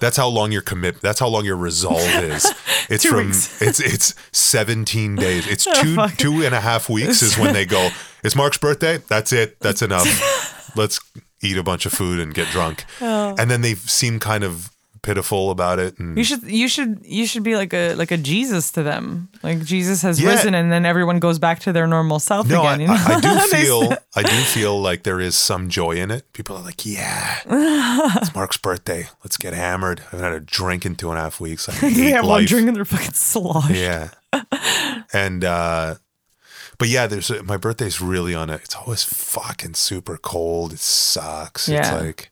[SPEAKER 1] that's how long your commit that's how long your resolve
[SPEAKER 2] (laughs)
[SPEAKER 1] is. It's
[SPEAKER 2] Two
[SPEAKER 1] from (laughs)
[SPEAKER 2] weeks. Oh,
[SPEAKER 1] it's it's seventeen days. It's two two and a half weeks is when they
[SPEAKER 2] (laughs)
[SPEAKER 1] go. It's Mark's birthday. That's it. That's enough. Let's eat a bunch of food and get drunk. And then they seem kind of pitiful about it. And
[SPEAKER 2] Oh. you should, you should, you should be like a like a Jesus to them. Like Jesus has
[SPEAKER 1] Yeah.
[SPEAKER 2] risen, and then everyone goes back to their normal self
[SPEAKER 1] no, I,
[SPEAKER 2] again. you know?
[SPEAKER 1] I, I do
[SPEAKER 2] (laughs) They
[SPEAKER 1] feel I do feel like there is some joy in it. People are like,
[SPEAKER 2] (laughs)
[SPEAKER 1] yeah, it's Mark's birthday. Let's get hammered. I haven't had a drink in two and a half
[SPEAKER 2] (laughs)
[SPEAKER 1] weeks. I
[SPEAKER 2] They
[SPEAKER 1] hate
[SPEAKER 2] have one
[SPEAKER 1] life.
[SPEAKER 2] drink and they're fucking (laughs) sloshed.
[SPEAKER 1] Yeah. and uh but yeah, there's my birthday's really on it. It's always fucking super cold. It sucks. It's
[SPEAKER 2] Yeah.
[SPEAKER 1] like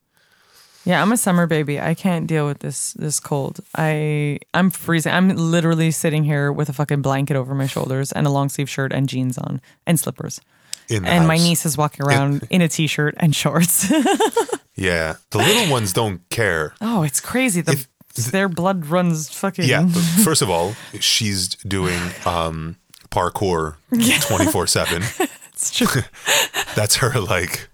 [SPEAKER 2] Yeah, I'm a summer baby. I can't deal with this this cold. I I'm freezing. I'm literally sitting here with a fucking blanket over my shoulders and a long sleeve shirt and jeans on and slippers.
[SPEAKER 1] in the
[SPEAKER 2] And my
[SPEAKER 1] house.
[SPEAKER 2] niece is walking around in a t-shirt and shorts. (laughs)
[SPEAKER 1] Yeah, the little ones don't care.
[SPEAKER 2] oh, it's crazy. The, their blood runs fucking (laughs)
[SPEAKER 1] Yeah. but First of all, she's doing um
[SPEAKER 2] (laughs)
[SPEAKER 1] parkour 24/7.
[SPEAKER 2] It's just-
[SPEAKER 1] That's her like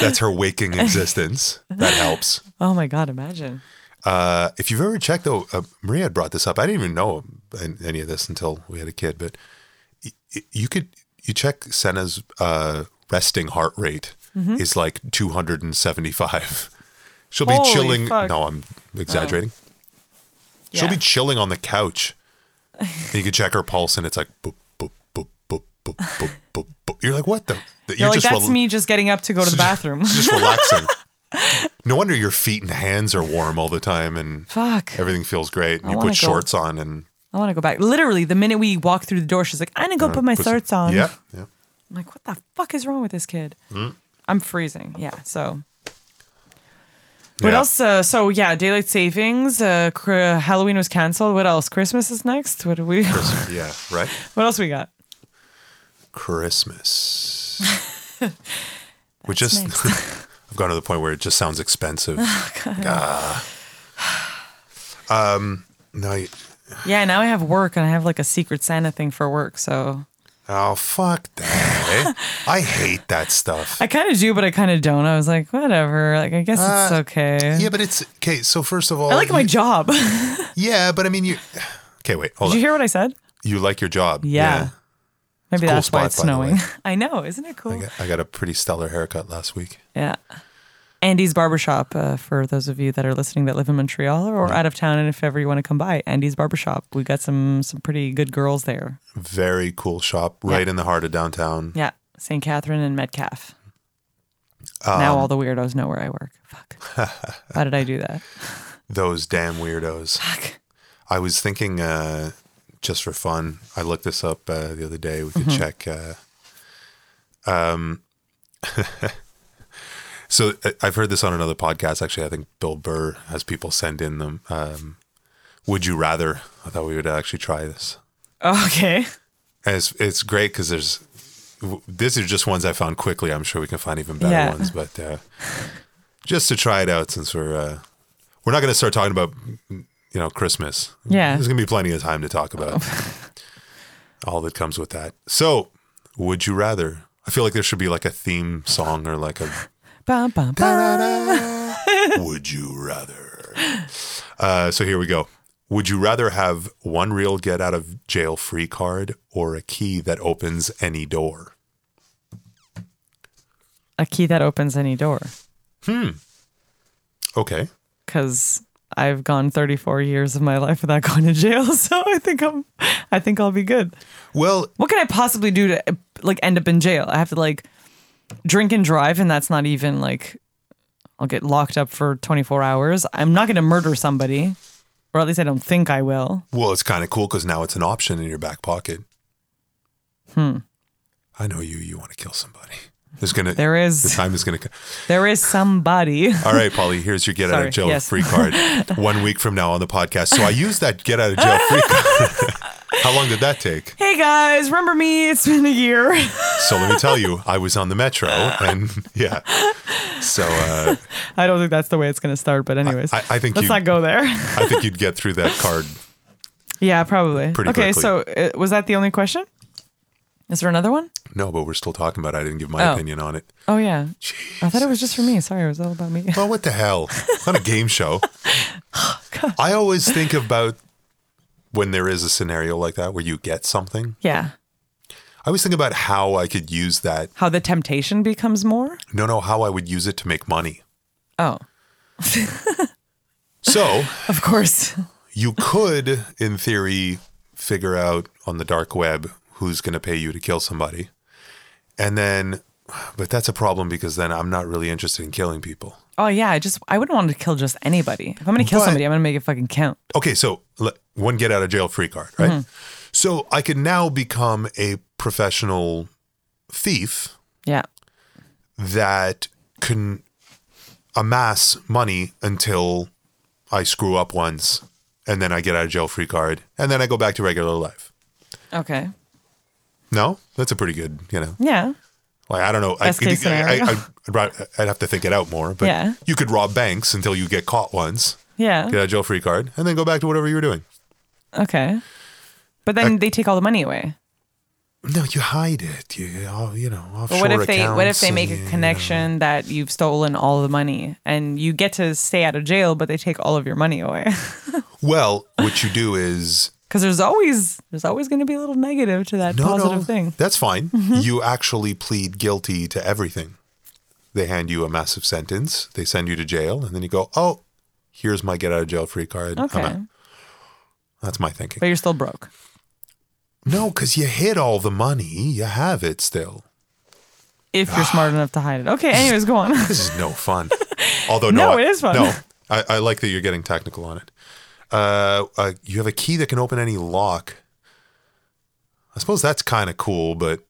[SPEAKER 1] that's her
[SPEAKER 2] (laughs)
[SPEAKER 1] waking existence. That helps.
[SPEAKER 2] oh my god, imagine.
[SPEAKER 1] Uh, if you've ever checked, though, uh, Maria had brought this up. I didn't even know an- any of this until we had a kid, but y- y- you could you check Senna's uh, resting heart rate
[SPEAKER 2] Mm-hmm.
[SPEAKER 1] is like 275. She'll be
[SPEAKER 2] Holy
[SPEAKER 1] chilling.
[SPEAKER 2] fuck. Oh,
[SPEAKER 1] No, I'm exaggerating. She'll
[SPEAKER 2] Yeah.
[SPEAKER 1] be chilling on the couch. And you could check her pulse, and it's like boop boop boop boop boop boop boop. boop. You're like, what the? You're,
[SPEAKER 2] You're like that's
[SPEAKER 1] rel-
[SPEAKER 2] me just getting up
[SPEAKER 1] (laughs)
[SPEAKER 2] to go to the bathroom. (laughs)
[SPEAKER 1] Just relaxing. no wonder your feet and hands are warm all the time, and
[SPEAKER 2] Fuck.
[SPEAKER 1] everything feels great and
[SPEAKER 2] I
[SPEAKER 1] you
[SPEAKER 2] wanna
[SPEAKER 1] put
[SPEAKER 2] go.
[SPEAKER 1] shorts on and
[SPEAKER 2] I want to go back. Literally, the minute we walk through the door, she's like, "I'm gonna go put my
[SPEAKER 1] put some-
[SPEAKER 2] shorts on."
[SPEAKER 1] Uh, yeah Hmm? yeah
[SPEAKER 2] I'm like, what the fuck is wrong with this kid? I'm freezing. Yeah. So, what
[SPEAKER 1] Yeah.
[SPEAKER 2] else? Uh, so yeah, daylight savings. Uh, cr- Halloween was canceled. What else? Christmas is next. What do we? (laughs)
[SPEAKER 1] Christmas, yeah right
[SPEAKER 2] What else we got?
[SPEAKER 1] christmas
[SPEAKER 2] (laughs)
[SPEAKER 1] Yes. we just (laughs) I've gone to the point where it just sounds
[SPEAKER 2] (laughs)
[SPEAKER 1] expensive.
[SPEAKER 2] Oh,
[SPEAKER 1] Like, ah. um no you-
[SPEAKER 2] Yeah, now I have work and I have like a Secret Santa thing for work. So
[SPEAKER 1] oh fuck
[SPEAKER 2] (laughs)
[SPEAKER 1] that. eh? I hate that stuff.
[SPEAKER 2] I kind of do, but I kind of don't. I was like, whatever. Like, I guess it's
[SPEAKER 1] Uh,
[SPEAKER 2] okay.
[SPEAKER 1] yeah, but it's okay. So first of all,
[SPEAKER 2] I like my job. (laughs) Did
[SPEAKER 1] yeah, but I mean you. Okay, wait, hold
[SPEAKER 2] you
[SPEAKER 1] on.
[SPEAKER 2] hear what I said?
[SPEAKER 1] you like your job?
[SPEAKER 2] Yeah. Maybe
[SPEAKER 1] cool
[SPEAKER 2] that's
[SPEAKER 1] spot,
[SPEAKER 2] why it's
[SPEAKER 1] by the
[SPEAKER 2] snowing.
[SPEAKER 1] way.
[SPEAKER 2] (laughs) I know. Isn't it cool?
[SPEAKER 1] I got, I got a pretty stellar haircut last week.
[SPEAKER 2] Yeah. Andy's Barbershop, uh, for those of you that are listening that live in Montreal or out of town, and if ever you want to come by, Andy's Barbershop. We got some some pretty good girls there.
[SPEAKER 1] Very cool shop, right in the heart of downtown.
[SPEAKER 2] Yeah. St. Catherine and Metcalf. now all the weirdos know where I work. Fuck. How did I do that?
[SPEAKER 1] Those damn weirdos.
[SPEAKER 2] Fuck.
[SPEAKER 1] I was thinking, uh, just for fun, I looked this up uh, the other day. We could
[SPEAKER 2] Mm-hmm.
[SPEAKER 1] check. Uh, um, (laughs) so I- I've heard this on another podcast. Actually, I think Bill Burr has people send in them. Um, would you rather? I thought we would actually try this.
[SPEAKER 2] Okay.
[SPEAKER 1] And it's it's great because there's w- these are just ones I found quickly. I'm sure we can find even better
[SPEAKER 2] Yeah.
[SPEAKER 1] ones, but uh, just to try it out since we're uh, we're not going to start talking about you know Christmas.
[SPEAKER 2] Yeah.
[SPEAKER 1] there's going to be plenty of time to talk
[SPEAKER 2] (laughs)
[SPEAKER 1] about all that comes with that. So, would you rather? I feel like there should be like a theme song or
[SPEAKER 2] (laughs)
[SPEAKER 1] like a
[SPEAKER 2] Bum, bum, bum.
[SPEAKER 1] would you rather? Uh, so here we go. Would you rather have one real get out of jail free card or a key that opens any door?
[SPEAKER 2] A key that opens any door.
[SPEAKER 1] Okay.
[SPEAKER 2] Because I've gone 34 years of my life without (laughs) going to jail, so I think I'm, I think I'll be good.
[SPEAKER 1] Well,
[SPEAKER 2] What can I possibly do to uh, like end up in jail? I have to like drink and drive, and that's not even like I'll get locked up for 24 hours. I'm not going to murder somebody, or at least I don't think I will.
[SPEAKER 1] well, it's kind of cool because now it's an option in your back pocket. Hmm. I know you. You want to kill somebody. There's gonna.
[SPEAKER 2] There
[SPEAKER 1] The
[SPEAKER 2] is
[SPEAKER 1] time is gonna. come.
[SPEAKER 2] there is somebody. (laughs)
[SPEAKER 1] All right, Polly. Here's your get out
[SPEAKER 2] Sorry,
[SPEAKER 1] of jail
[SPEAKER 2] yes.
[SPEAKER 1] free
[SPEAKER 2] (laughs)
[SPEAKER 1] card. One week from now on the podcast. So I used that get out of jail free card. (laughs) How long did that take?
[SPEAKER 2] Hey guys, remember me? It's been a year. (laughs)
[SPEAKER 1] So let me tell you, I was on the metro, and (laughs) yeah. So uh,
[SPEAKER 2] I don't think that's the way it's going to start, but anyways,
[SPEAKER 1] I, I think
[SPEAKER 2] let's
[SPEAKER 1] you,
[SPEAKER 2] not go there. (laughs)
[SPEAKER 1] I think you'd get through that card.
[SPEAKER 2] Yeah, probably.
[SPEAKER 1] Pretty
[SPEAKER 2] okay,
[SPEAKER 1] quickly.
[SPEAKER 2] so uh, was that the only question? Is there another one?
[SPEAKER 1] No, but we're still talking about. it. I didn't give my
[SPEAKER 2] Oh.
[SPEAKER 1] opinion on it.
[SPEAKER 2] Oh yeah. I thought it was just for me. Sorry, it was all about me. (laughs)
[SPEAKER 1] Well, what the hell? It's not a game show. I always think about when there is a scenario like that where you get something.
[SPEAKER 2] yeah.
[SPEAKER 1] I always think about how I could use that.
[SPEAKER 2] How the temptation becomes more?
[SPEAKER 1] No, no, how I would use it to make money.
[SPEAKER 2] Oh,
[SPEAKER 1] So
[SPEAKER 2] of course. (laughs)
[SPEAKER 1] you could, in theory, figure out on the dark web who's going to pay you to kill somebody. And then, but that's a problem because then I'm not really interested in killing people.
[SPEAKER 2] Oh yeah, I just I wouldn't want to kill just anybody. If I'm gonna kill
[SPEAKER 1] But-
[SPEAKER 2] somebody, I'm gonna make it fucking count.
[SPEAKER 1] okay, so le- one get out of jail free card, right?
[SPEAKER 2] Mm-hmm.
[SPEAKER 1] So I could now become a professional thief
[SPEAKER 2] Yeah.
[SPEAKER 1] that can amass money until I screw up once and then I get out of jail free card and then I go back to regular life.
[SPEAKER 2] Okay.
[SPEAKER 1] No, that's a pretty good, you know.
[SPEAKER 2] Yeah.
[SPEAKER 1] Like I don't know.
[SPEAKER 2] Best
[SPEAKER 1] I,
[SPEAKER 2] case scenario.
[SPEAKER 1] I, would have to think it out more, but
[SPEAKER 2] Yeah.
[SPEAKER 1] you could rob banks until you get caught once,
[SPEAKER 2] Yeah.
[SPEAKER 1] get out of jail free card, and then go back to whatever you were doing.
[SPEAKER 2] Okay. But then they take all the money away.
[SPEAKER 1] No, you hide it. You, all- you know, offshore
[SPEAKER 2] But what if they what if
[SPEAKER 1] accounts
[SPEAKER 2] they
[SPEAKER 1] and uh,
[SPEAKER 2] make a
[SPEAKER 1] you-
[SPEAKER 2] connection that you've stolen all the money and you get to stay out of jail, but they take all of your money away? (laughs)
[SPEAKER 1] Well, what you do is
[SPEAKER 2] Because there's always there's always going to be a little negative to that
[SPEAKER 1] no,
[SPEAKER 2] positive
[SPEAKER 1] no,
[SPEAKER 2] thing. Mm-hmm.
[SPEAKER 1] that's fine. You actually plead guilty to everything. They hand you a massive sentence. They send you to jail, and then you go, "Oh, here's my get out of jail free card." I'm
[SPEAKER 2] Okay,
[SPEAKER 1] out." That's my thinking.
[SPEAKER 2] but you're still broke.
[SPEAKER 1] No, because you hid all the money. You have it still.
[SPEAKER 2] If
[SPEAKER 1] (sighs)
[SPEAKER 2] you're smart enough to hide it. Okay. Anyways, go on. (laughs)
[SPEAKER 1] (laughs) This is no fun. Although no,
[SPEAKER 2] No,
[SPEAKER 1] I-
[SPEAKER 2] it is fun. (laughs)
[SPEAKER 1] No, I, I like that you're getting technical on it. Uh, uh, you have a key that can open any lock. I suppose that's kind of cool, but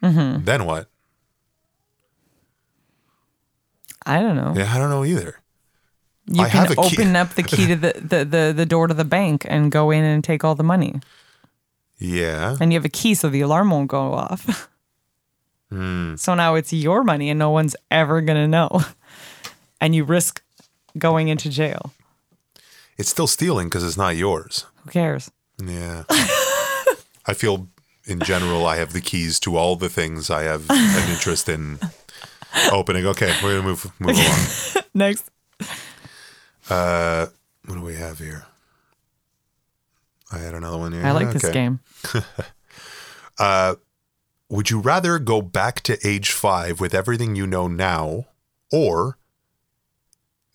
[SPEAKER 2] Mm-hmm.
[SPEAKER 1] then what?
[SPEAKER 2] I don't know.
[SPEAKER 1] Yeah, I don't know either.
[SPEAKER 2] You
[SPEAKER 1] I
[SPEAKER 2] can
[SPEAKER 1] have a key.
[SPEAKER 2] open up the
[SPEAKER 1] (laughs)
[SPEAKER 2] key to the, the, the, the door to the bank and go in and take all the money.
[SPEAKER 1] Yeah,
[SPEAKER 2] (laughs) And you have a key so the alarm won't go off. So now it's your money and no one's ever going to know. (laughs) And you risk going into jail.
[SPEAKER 1] It's still stealing because it's not yours.
[SPEAKER 2] Who cares? (laughs)
[SPEAKER 1] Yeah. I feel in general I have the keys to all the things I have an interest
[SPEAKER 2] (laughs)
[SPEAKER 1] in opening. Okay, we're gonna move move along.
[SPEAKER 2] Next.
[SPEAKER 1] What do we have here? I had another one here.
[SPEAKER 2] I like this
[SPEAKER 1] Okay.
[SPEAKER 2] game.
[SPEAKER 1] Would you rather go back to age five with everything you know now or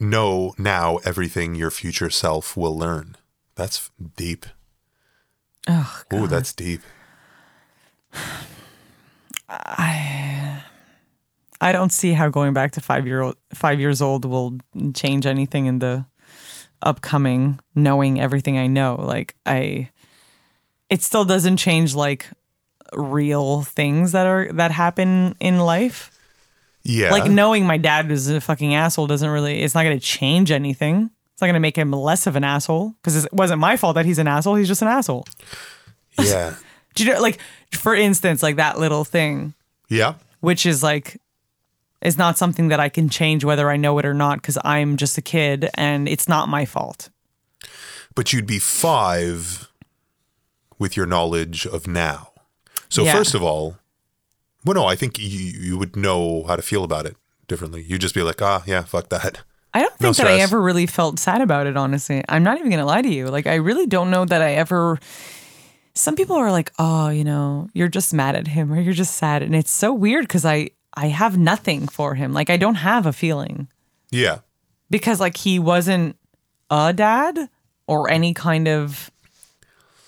[SPEAKER 1] know now everything your future self will learn? That's deep.
[SPEAKER 2] Oh,
[SPEAKER 1] Ooh, that's deep.
[SPEAKER 2] I don't see how going back to five year old five years old will change anything in the upcoming knowing everything I know. Like I it still doesn't change like real things that are that happen in life.
[SPEAKER 1] Yeah.
[SPEAKER 2] Like knowing my dad was a fucking asshole doesn't really it's not gonna change anything. It's not gonna make him less of an asshole. Because it wasn't my fault that he's an asshole, he's just an asshole.
[SPEAKER 1] Yeah.
[SPEAKER 2] Do you know like for instance, like that little thing
[SPEAKER 1] (laughs) Yeah.
[SPEAKER 2] which is like is not something that I can change whether I know it or not because I'm just a kid and it's not my fault.
[SPEAKER 1] But you'd be five with your knowledge of now. So,
[SPEAKER 2] Yeah.
[SPEAKER 1] first of all, well, no, I think you, you would know how to feel about it differently. You'd just be like, ah, yeah, fuck that. (laughs)
[SPEAKER 2] I don't
[SPEAKER 1] No
[SPEAKER 2] think that I
[SPEAKER 1] stress.
[SPEAKER 2] ever really felt sad about it, honestly. I'm not even gonna lie to you. Like I really don't know that I ever some people are like, oh, you know, you're just mad at him or you're just sad. And it's so weird because I I have nothing for him. Like I don't have a feeling.
[SPEAKER 1] Yeah.
[SPEAKER 2] because like he wasn't a dad or any kind of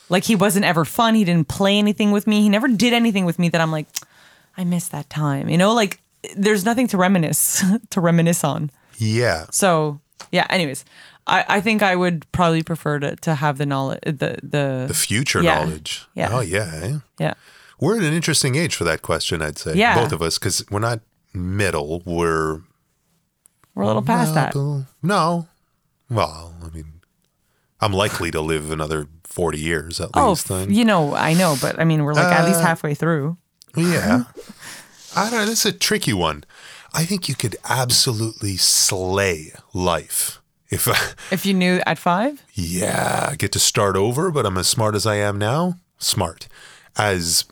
[SPEAKER 2] like he wasn't ever fun he didn't play anything with me he never did anything with me that i'm like i miss that time you know like there's nothing to reminisce (laughs) to reminisce on
[SPEAKER 1] Yeah.
[SPEAKER 2] so yeah anyways i i think i would probably prefer to to have the knowledge the
[SPEAKER 1] The
[SPEAKER 2] the
[SPEAKER 1] future
[SPEAKER 2] Yeah.
[SPEAKER 1] knowledge.
[SPEAKER 2] Yeah.
[SPEAKER 1] Oh, yeah. eh?
[SPEAKER 2] yeah
[SPEAKER 1] We're at an interesting age for that question, I'd say.
[SPEAKER 2] Yeah.
[SPEAKER 1] Both of us, because we're not middle. We're.
[SPEAKER 2] we're a little past that Oh,
[SPEAKER 1] middle- No. Well, I mean, I'm likely to live another 40 years at
[SPEAKER 2] oh
[SPEAKER 1] least. then. Uh,
[SPEAKER 2] you know i know but i mean we're like at least halfway through
[SPEAKER 1] Yeah. I don't know. This is a tricky one. I think you could absolutely slay life. If (laughs) I,
[SPEAKER 2] if you knew at five
[SPEAKER 1] yeah, I get to start over, but I'm as smart as I am now. Smart. As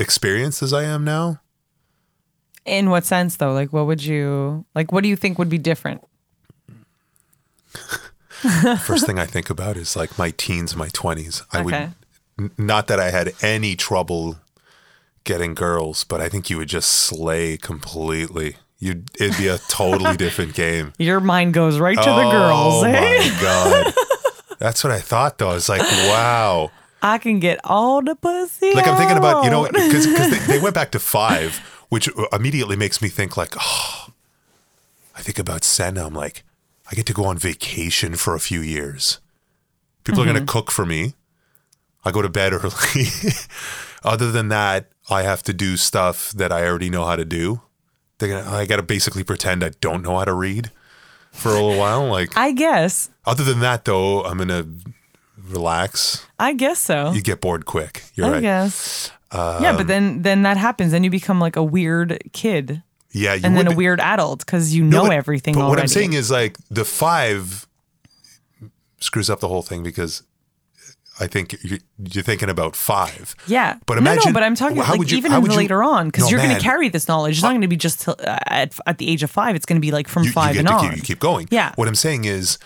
[SPEAKER 1] experienced as I am now.
[SPEAKER 2] in what sense though like what would you like what do you think would be different (laughs)
[SPEAKER 1] First thing I think about is like my teens, my 20s. I would
[SPEAKER 2] Okay.
[SPEAKER 1] n- not that I had any trouble getting girls, but I think you would just slay completely. You it'd be a totally
[SPEAKER 2] (laughs)
[SPEAKER 1] different game.
[SPEAKER 2] Your mind goes right to the
[SPEAKER 1] Oh
[SPEAKER 2] girls. Eh?
[SPEAKER 1] my
[SPEAKER 2] (laughs)
[SPEAKER 1] god. That's what I thought though. I was like, wow.
[SPEAKER 2] I can get all the pussy.
[SPEAKER 1] Like I'm thinking about, you know,
[SPEAKER 2] out.
[SPEAKER 1] because they, they went
[SPEAKER 2] (laughs)
[SPEAKER 1] back to five, which immediately makes me think like, oh, I think about Senna. I'm like, I get to go on vacation for a few years. People are going
[SPEAKER 2] Mm-hmm.
[SPEAKER 1] to cook for me. I go to bed (laughs) early. Other than that, I have to do stuff that I already know how to do. They're gonna, I got to basically pretend I don't know how to read for a little while. Like,
[SPEAKER 2] I guess.
[SPEAKER 1] Other than that, though, I'm gonna relax.
[SPEAKER 2] I guess so.
[SPEAKER 1] You get bored quick. You're
[SPEAKER 2] I
[SPEAKER 1] right. Um,
[SPEAKER 2] guess. yeah, but then then that happens. Then you become like a weird kid
[SPEAKER 1] Yeah, you
[SPEAKER 2] and
[SPEAKER 1] would
[SPEAKER 2] then a
[SPEAKER 1] be-
[SPEAKER 2] weird adult because you
[SPEAKER 1] No,
[SPEAKER 2] know
[SPEAKER 1] but-
[SPEAKER 2] everything
[SPEAKER 1] But
[SPEAKER 2] already.
[SPEAKER 1] what I'm saying is, like, the five screws up the whole thing because I think you're, you're thinking about five.
[SPEAKER 2] yeah.
[SPEAKER 1] But
[SPEAKER 2] no,
[SPEAKER 1] imagine-
[SPEAKER 2] no, but I'm talking
[SPEAKER 1] how
[SPEAKER 2] like
[SPEAKER 1] would you-
[SPEAKER 2] even
[SPEAKER 1] how
[SPEAKER 2] in
[SPEAKER 1] would you-
[SPEAKER 2] later on because
[SPEAKER 1] No,
[SPEAKER 2] you're going
[SPEAKER 1] man.
[SPEAKER 2] to carry this knowledge. It's not going to be just till, uh, at, at the age of five. It's going to be like from
[SPEAKER 1] You, you
[SPEAKER 2] five
[SPEAKER 1] get
[SPEAKER 2] and
[SPEAKER 1] to
[SPEAKER 2] on.
[SPEAKER 1] keep, you keep going.
[SPEAKER 2] Yeah.
[SPEAKER 1] What I'm saying is,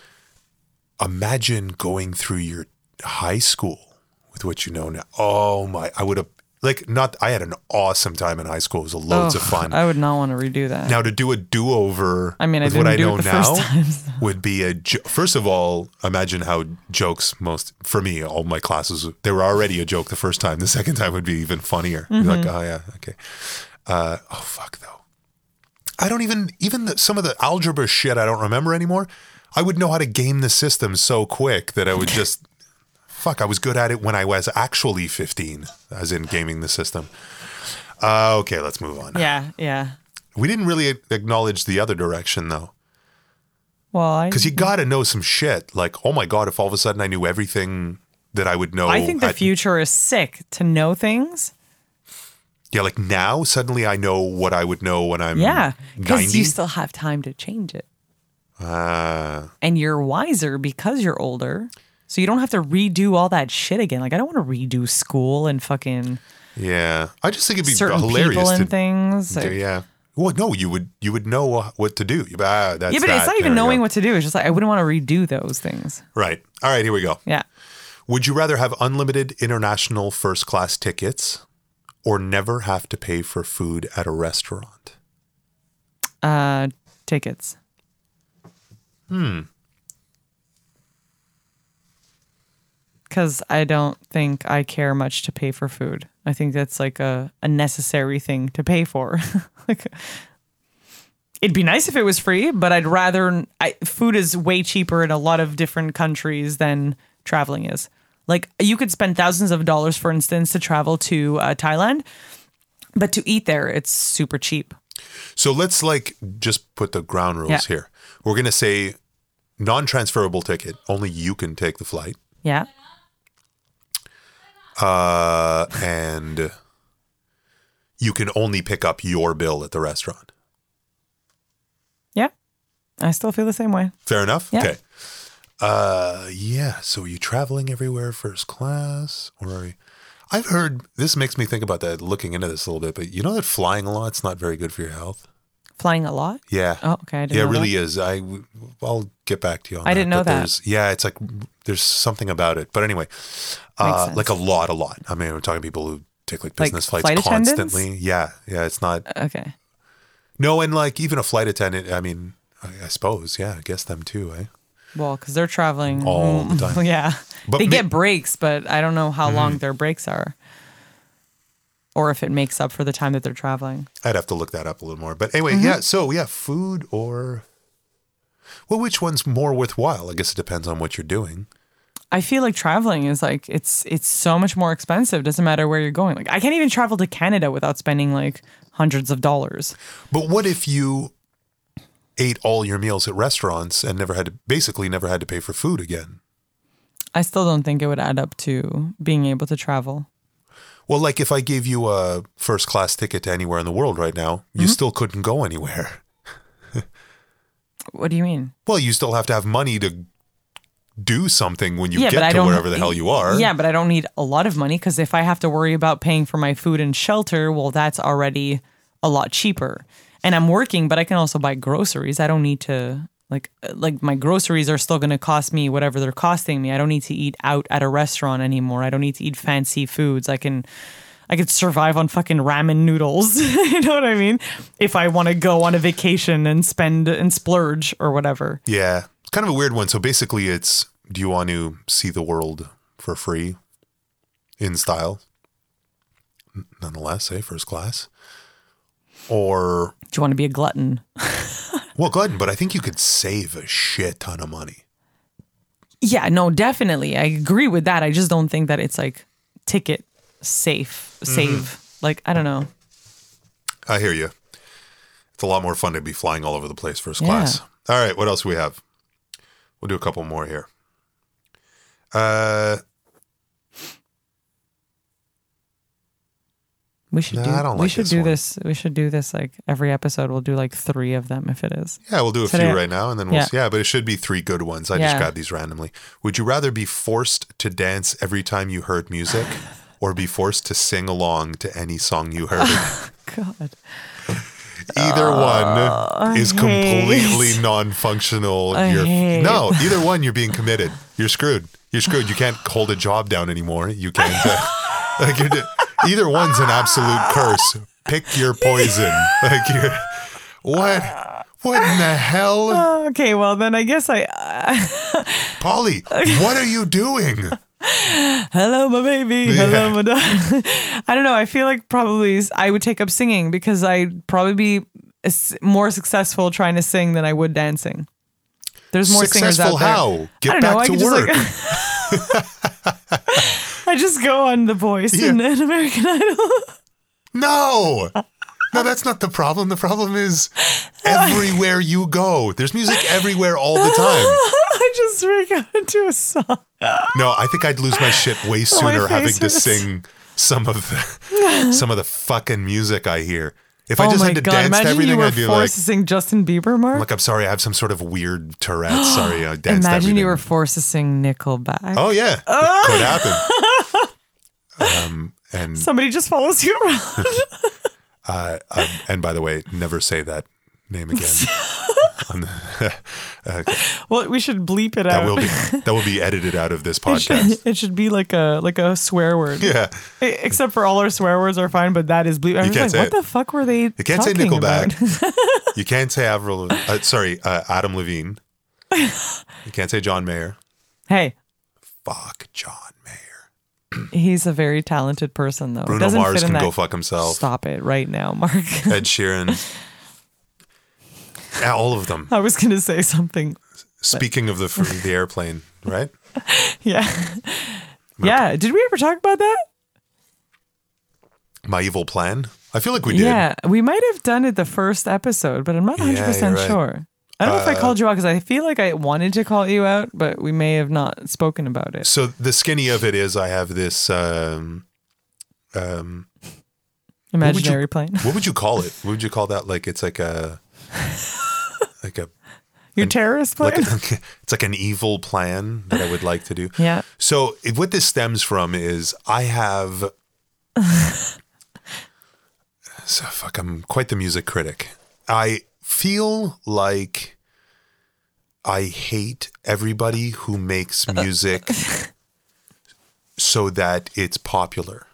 [SPEAKER 1] imagine going through your high school with what you know now. Oh my! I would have like not. I had an awesome time in high school. It was loads of
[SPEAKER 2] Ugh,
[SPEAKER 1] fun.
[SPEAKER 2] I would not want to redo that.
[SPEAKER 1] Now to do a do over.
[SPEAKER 2] I mean, I
[SPEAKER 1] with
[SPEAKER 2] didn't
[SPEAKER 1] what I
[SPEAKER 2] do it
[SPEAKER 1] know
[SPEAKER 2] the
[SPEAKER 1] now
[SPEAKER 2] first time, so-
[SPEAKER 1] would be a jo- first of all. Imagine how jokes most for me. All my classes they were already a joke the first time. The second time would be even funnier. You're
[SPEAKER 2] Mm-hmm.
[SPEAKER 1] like, oh yeah, okay. Uh, oh fuck though. I don't even even the, some of the algebra shit I don't remember anymore. I would know how to game the system so quick that I
[SPEAKER 2] (laughs)
[SPEAKER 1] would just fuck. I was good at it when I was actually 15, as in gaming the system. Uh, okay, let's move on.
[SPEAKER 2] Yeah, yeah.
[SPEAKER 1] We didn't really acknowledge the other direction though,
[SPEAKER 2] Well, I,
[SPEAKER 1] because you got to know some shit. Like, oh my god, if all of a sudden I knew everything that I would know,
[SPEAKER 2] I think the
[SPEAKER 1] at-
[SPEAKER 2] future is sick to know things
[SPEAKER 1] Yeah, like now suddenly I know what I would know when I'm
[SPEAKER 2] Yeah, because
[SPEAKER 1] 90.
[SPEAKER 2] you still have time to change it,
[SPEAKER 1] Ah,
[SPEAKER 2] and you're wiser because you're older, so you don't have to redo all that shit again. Like I don't want to redo school and fucking
[SPEAKER 1] yeah. I just think it'd be
[SPEAKER 2] certain
[SPEAKER 1] hilarious
[SPEAKER 2] people
[SPEAKER 1] to
[SPEAKER 2] and things.
[SPEAKER 1] do.
[SPEAKER 2] Like-
[SPEAKER 1] Yeah. Well, no, you would you would know uh, what to do. Ah, that's
[SPEAKER 2] yeah, but
[SPEAKER 1] that.
[SPEAKER 2] it's not
[SPEAKER 1] There
[SPEAKER 2] even
[SPEAKER 1] we
[SPEAKER 2] knowing
[SPEAKER 1] go.
[SPEAKER 2] what to do. It's just like I wouldn't want to redo those things.
[SPEAKER 1] Right. All right, here we go.
[SPEAKER 2] Yeah.
[SPEAKER 1] Would you rather have unlimited international first class tickets or never have to pay for food at a restaurant?
[SPEAKER 2] Uh, tickets. Hmm. Because I don't think I care much to pay for food. I think that's like a, a necessary thing to pay for. (laughs) like, it'd be nice if it was free, but I'd rather. I, food is way cheaper in a lot of different countries than traveling is. Like, you could spend thousands of dollars, for instance, to travel to uh, Thailand, but to eat there, it's super cheap.
[SPEAKER 1] So let's like just put the ground rules
[SPEAKER 2] Yeah.
[SPEAKER 1] here. We're going to say non transferable ticket, only you can take the flight.
[SPEAKER 2] Yeah.
[SPEAKER 1] Uh, and you can only pick up your bill at the restaurant.
[SPEAKER 2] Yeah. I still feel the same way.
[SPEAKER 1] Fair enough?
[SPEAKER 2] Yeah.
[SPEAKER 1] Okay. Uh, yeah. So are you traveling everywhere first class or are you? I've heard this makes me think about that looking into this a little bit, but you know that flying a lot's not very good for your health.
[SPEAKER 2] Flying a lot?
[SPEAKER 1] Yeah.
[SPEAKER 2] Oh, okay. I didn't
[SPEAKER 1] yeah, it
[SPEAKER 2] know that.
[SPEAKER 1] really is. I w- I'll get back to you on
[SPEAKER 2] I
[SPEAKER 1] that.
[SPEAKER 2] didn't know
[SPEAKER 1] but
[SPEAKER 2] that.
[SPEAKER 1] There's, yeah, it's like there's something about it. But anyway,
[SPEAKER 2] Makes
[SPEAKER 1] uh,
[SPEAKER 2] sense.
[SPEAKER 1] like a lot, a lot. I mean, we're talking people who take like
[SPEAKER 2] Like
[SPEAKER 1] business flights
[SPEAKER 2] flight attendants?
[SPEAKER 1] constantly. Yeah, yeah, it's not.
[SPEAKER 2] Okay.
[SPEAKER 1] No, and like even a flight attendant. I mean, I, I suppose. Yeah, I guess them too. Eh?
[SPEAKER 2] Well, because they're traveling
[SPEAKER 1] All
[SPEAKER 2] (laughs)
[SPEAKER 1] the time.
[SPEAKER 2] yeah.
[SPEAKER 1] But
[SPEAKER 2] they
[SPEAKER 1] ma- Mm-hmm.
[SPEAKER 2] get breaks, but I don't know how long their breaks are or if it makes up for the time that they're traveling.
[SPEAKER 1] I'd have to look that up a little more. But anyway,
[SPEAKER 2] Mm-hmm.
[SPEAKER 1] yeah. So yeah, food or well, which one's more worthwhile? I guess it depends on what you're doing.
[SPEAKER 2] I feel like traveling is like it's it's so much more expensive. Doesn't matter where you're going. Like I can't even travel to Canada without spending like hundreds of dollars.
[SPEAKER 1] But what if you ate all your meals at restaurants and never had to basically never had to pay for food again?
[SPEAKER 2] I still don't think it would add up to being able to travel.
[SPEAKER 1] Well, like if I gave you a first class ticket to anywhere in the world right now,
[SPEAKER 2] Mm-hmm.
[SPEAKER 1] you still couldn't go anywhere. (laughs)
[SPEAKER 2] What do you mean?
[SPEAKER 1] Well, you still have to have money to do something when you
[SPEAKER 2] but I
[SPEAKER 1] get to
[SPEAKER 2] don't-
[SPEAKER 1] wherever the hell you are.
[SPEAKER 2] Yeah, but I don't need a lot of money because if I have to worry about paying for my food and shelter, well, that's already a lot cheaper. And I'm working, but I can also buy groceries. I don't need to like uh, like my groceries are still going to cost me whatever they're costing me. I don't need to eat out at a restaurant anymore. I don't need to eat fancy foods. I can I could survive on fucking ramen noodles. (laughs) you know what I mean? If I want to go on a vacation and spend and splurge or whatever.
[SPEAKER 1] Yeah. It's kind of a weird one. So basically, it's do you want to see the world for free in style? N- Nonetheless, eh? First class. Or,
[SPEAKER 2] Do you want to be a glutton?
[SPEAKER 1] well, glutton, but I think you could save a shit ton of money.
[SPEAKER 2] Yeah, no, definitely. I agree with that. I just don't think that it's like ticket safe,
[SPEAKER 1] Mm-hmm.
[SPEAKER 2] save. Like, I don't know.
[SPEAKER 1] I hear you. It's a lot more fun to be flying all over the place first
[SPEAKER 2] Yeah.
[SPEAKER 1] class. All right, what else we have? We'll do a couple more here. Uh,
[SPEAKER 2] We should
[SPEAKER 1] Nah,
[SPEAKER 2] do
[SPEAKER 1] I don't
[SPEAKER 2] we
[SPEAKER 1] like
[SPEAKER 2] should
[SPEAKER 1] this
[SPEAKER 2] do
[SPEAKER 1] one.
[SPEAKER 2] this we should do this like every episode. We'll do like three of them if it is.
[SPEAKER 1] yeah, we'll do a
[SPEAKER 2] Today-
[SPEAKER 1] few right now, and then we'll
[SPEAKER 2] Yeah.
[SPEAKER 1] yeah. yeah. But it should be three good ones. I just
[SPEAKER 2] Yeah.
[SPEAKER 1] grabbed these randomly. Would you rather be forced to dance every time you heard music, or be forced to sing along to any song you heard?
[SPEAKER 2] God.
[SPEAKER 1] either one is
[SPEAKER 2] Uh, hate.
[SPEAKER 1] completely non-functional.
[SPEAKER 2] I
[SPEAKER 1] you're,
[SPEAKER 2] hate.
[SPEAKER 1] No, either one, you're being committed. You're screwed. You're screwed. You can't hold a job down anymore. You can't. uh, (laughs) like you're, di- either one's an absolute curse. Pick your poison. Like you're. What? What in the hell,
[SPEAKER 2] Okay, well then I guess I uh,
[SPEAKER 1] Polly? What are you doing?
[SPEAKER 2] hello my baby hello my dog (laughs) i don't know i feel like probably s- i would take up singing because i'd probably be s- more successful trying to sing than i would dancing there's more singers
[SPEAKER 1] Successful
[SPEAKER 2] out there
[SPEAKER 1] how? Get
[SPEAKER 2] I don't
[SPEAKER 1] back
[SPEAKER 2] know, I
[SPEAKER 1] to
[SPEAKER 2] could
[SPEAKER 1] work.
[SPEAKER 2] Just, like, I just go on The Voice
[SPEAKER 1] Yeah.
[SPEAKER 2] and, and American Idol. (laughs)
[SPEAKER 1] No. No, that's not the problem. The problem is everywhere you go, there's music everywhere all the time.
[SPEAKER 2] I just break out into a song.
[SPEAKER 1] No, I think I'd lose my shit way
[SPEAKER 2] my
[SPEAKER 1] sooner having
[SPEAKER 2] face
[SPEAKER 1] to
[SPEAKER 2] hurts.
[SPEAKER 1] sing some of
[SPEAKER 2] (laughs)
[SPEAKER 1] the some of the fucking music I hear. If I
[SPEAKER 2] oh
[SPEAKER 1] just
[SPEAKER 2] my
[SPEAKER 1] had to
[SPEAKER 2] god!
[SPEAKER 1] dance
[SPEAKER 2] Imagine
[SPEAKER 1] to everything,
[SPEAKER 2] you were
[SPEAKER 1] I'd be
[SPEAKER 2] forced
[SPEAKER 1] like,
[SPEAKER 2] to sing Justin Bieber, Mark.
[SPEAKER 1] "Look, I'm sorry, I have some sort of weird Tourette. Sorry, I danced to
[SPEAKER 2] Imagine
[SPEAKER 1] everything."
[SPEAKER 2] you Ah! were forced to sing Nickelback.
[SPEAKER 1] oh
[SPEAKER 2] (laughs)
[SPEAKER 1] yeah, it could happen. um, and
[SPEAKER 2] (laughs) Somebody just follows you around. (laughs)
[SPEAKER 1] Uh, um, and by the way, never say that name
[SPEAKER 2] (laughs)
[SPEAKER 1] again. On the-
[SPEAKER 2] well, we should bleep it
[SPEAKER 1] that
[SPEAKER 2] out.
[SPEAKER 1] will be that will be edited out of this
[SPEAKER 2] (laughs) it, should, (laughs)
[SPEAKER 1] podcast.
[SPEAKER 2] it should be like a like a swear word.
[SPEAKER 1] Yeah,
[SPEAKER 2] E- Except for all our swear words are fine, but that is bleep. I'm
[SPEAKER 1] You
[SPEAKER 2] just
[SPEAKER 1] can't
[SPEAKER 2] like,
[SPEAKER 1] say
[SPEAKER 2] what
[SPEAKER 1] it.
[SPEAKER 2] the fuck were they?
[SPEAKER 1] you can't say
[SPEAKER 2] talking about? (laughs)
[SPEAKER 1] Nickelback. you can't say Avril. Uh, sorry, uh, Adam Levine. You can't say John Mayer.
[SPEAKER 2] Hey,
[SPEAKER 1] Fuck John Mayer.
[SPEAKER 2] he's a very talented person, though. It
[SPEAKER 1] Bruno
[SPEAKER 2] Doesn't
[SPEAKER 1] Mars
[SPEAKER 2] fit in
[SPEAKER 1] can
[SPEAKER 2] that.
[SPEAKER 1] go fuck himself.
[SPEAKER 2] Stop it right now, Mark.
[SPEAKER 1] Ed Sheeran. Yeah, All of them.
[SPEAKER 2] (laughs) I was gonna say something.
[SPEAKER 1] Speaking of the the airplane, right?
[SPEAKER 2] Yeah. (laughs) Yeah. Did we ever talk about that?
[SPEAKER 1] My evil plan. I feel like we did.
[SPEAKER 2] Yeah, we might have done it the first episode, but I'm not 100 percent
[SPEAKER 1] you're right. Uh,
[SPEAKER 2] sure. I don't know if I called you out because I feel like I wanted to call you out, but we may have not spoken about it.
[SPEAKER 1] So the skinny of it is, I have this. Um, would you-
[SPEAKER 2] Imaginary plane.
[SPEAKER 1] (laughs) what would you call it? What would you call that? Like it's like a like a
[SPEAKER 2] Your terrorist plane.
[SPEAKER 1] like a, (laughs) it's like an evil plan that I would like to do.
[SPEAKER 2] yeah.
[SPEAKER 1] So it, what this stems from is I have. so fuck, I'm quite the music critic. I feel like I hate everybody who makes
[SPEAKER 2] (laughs)
[SPEAKER 1] music so that it's popular.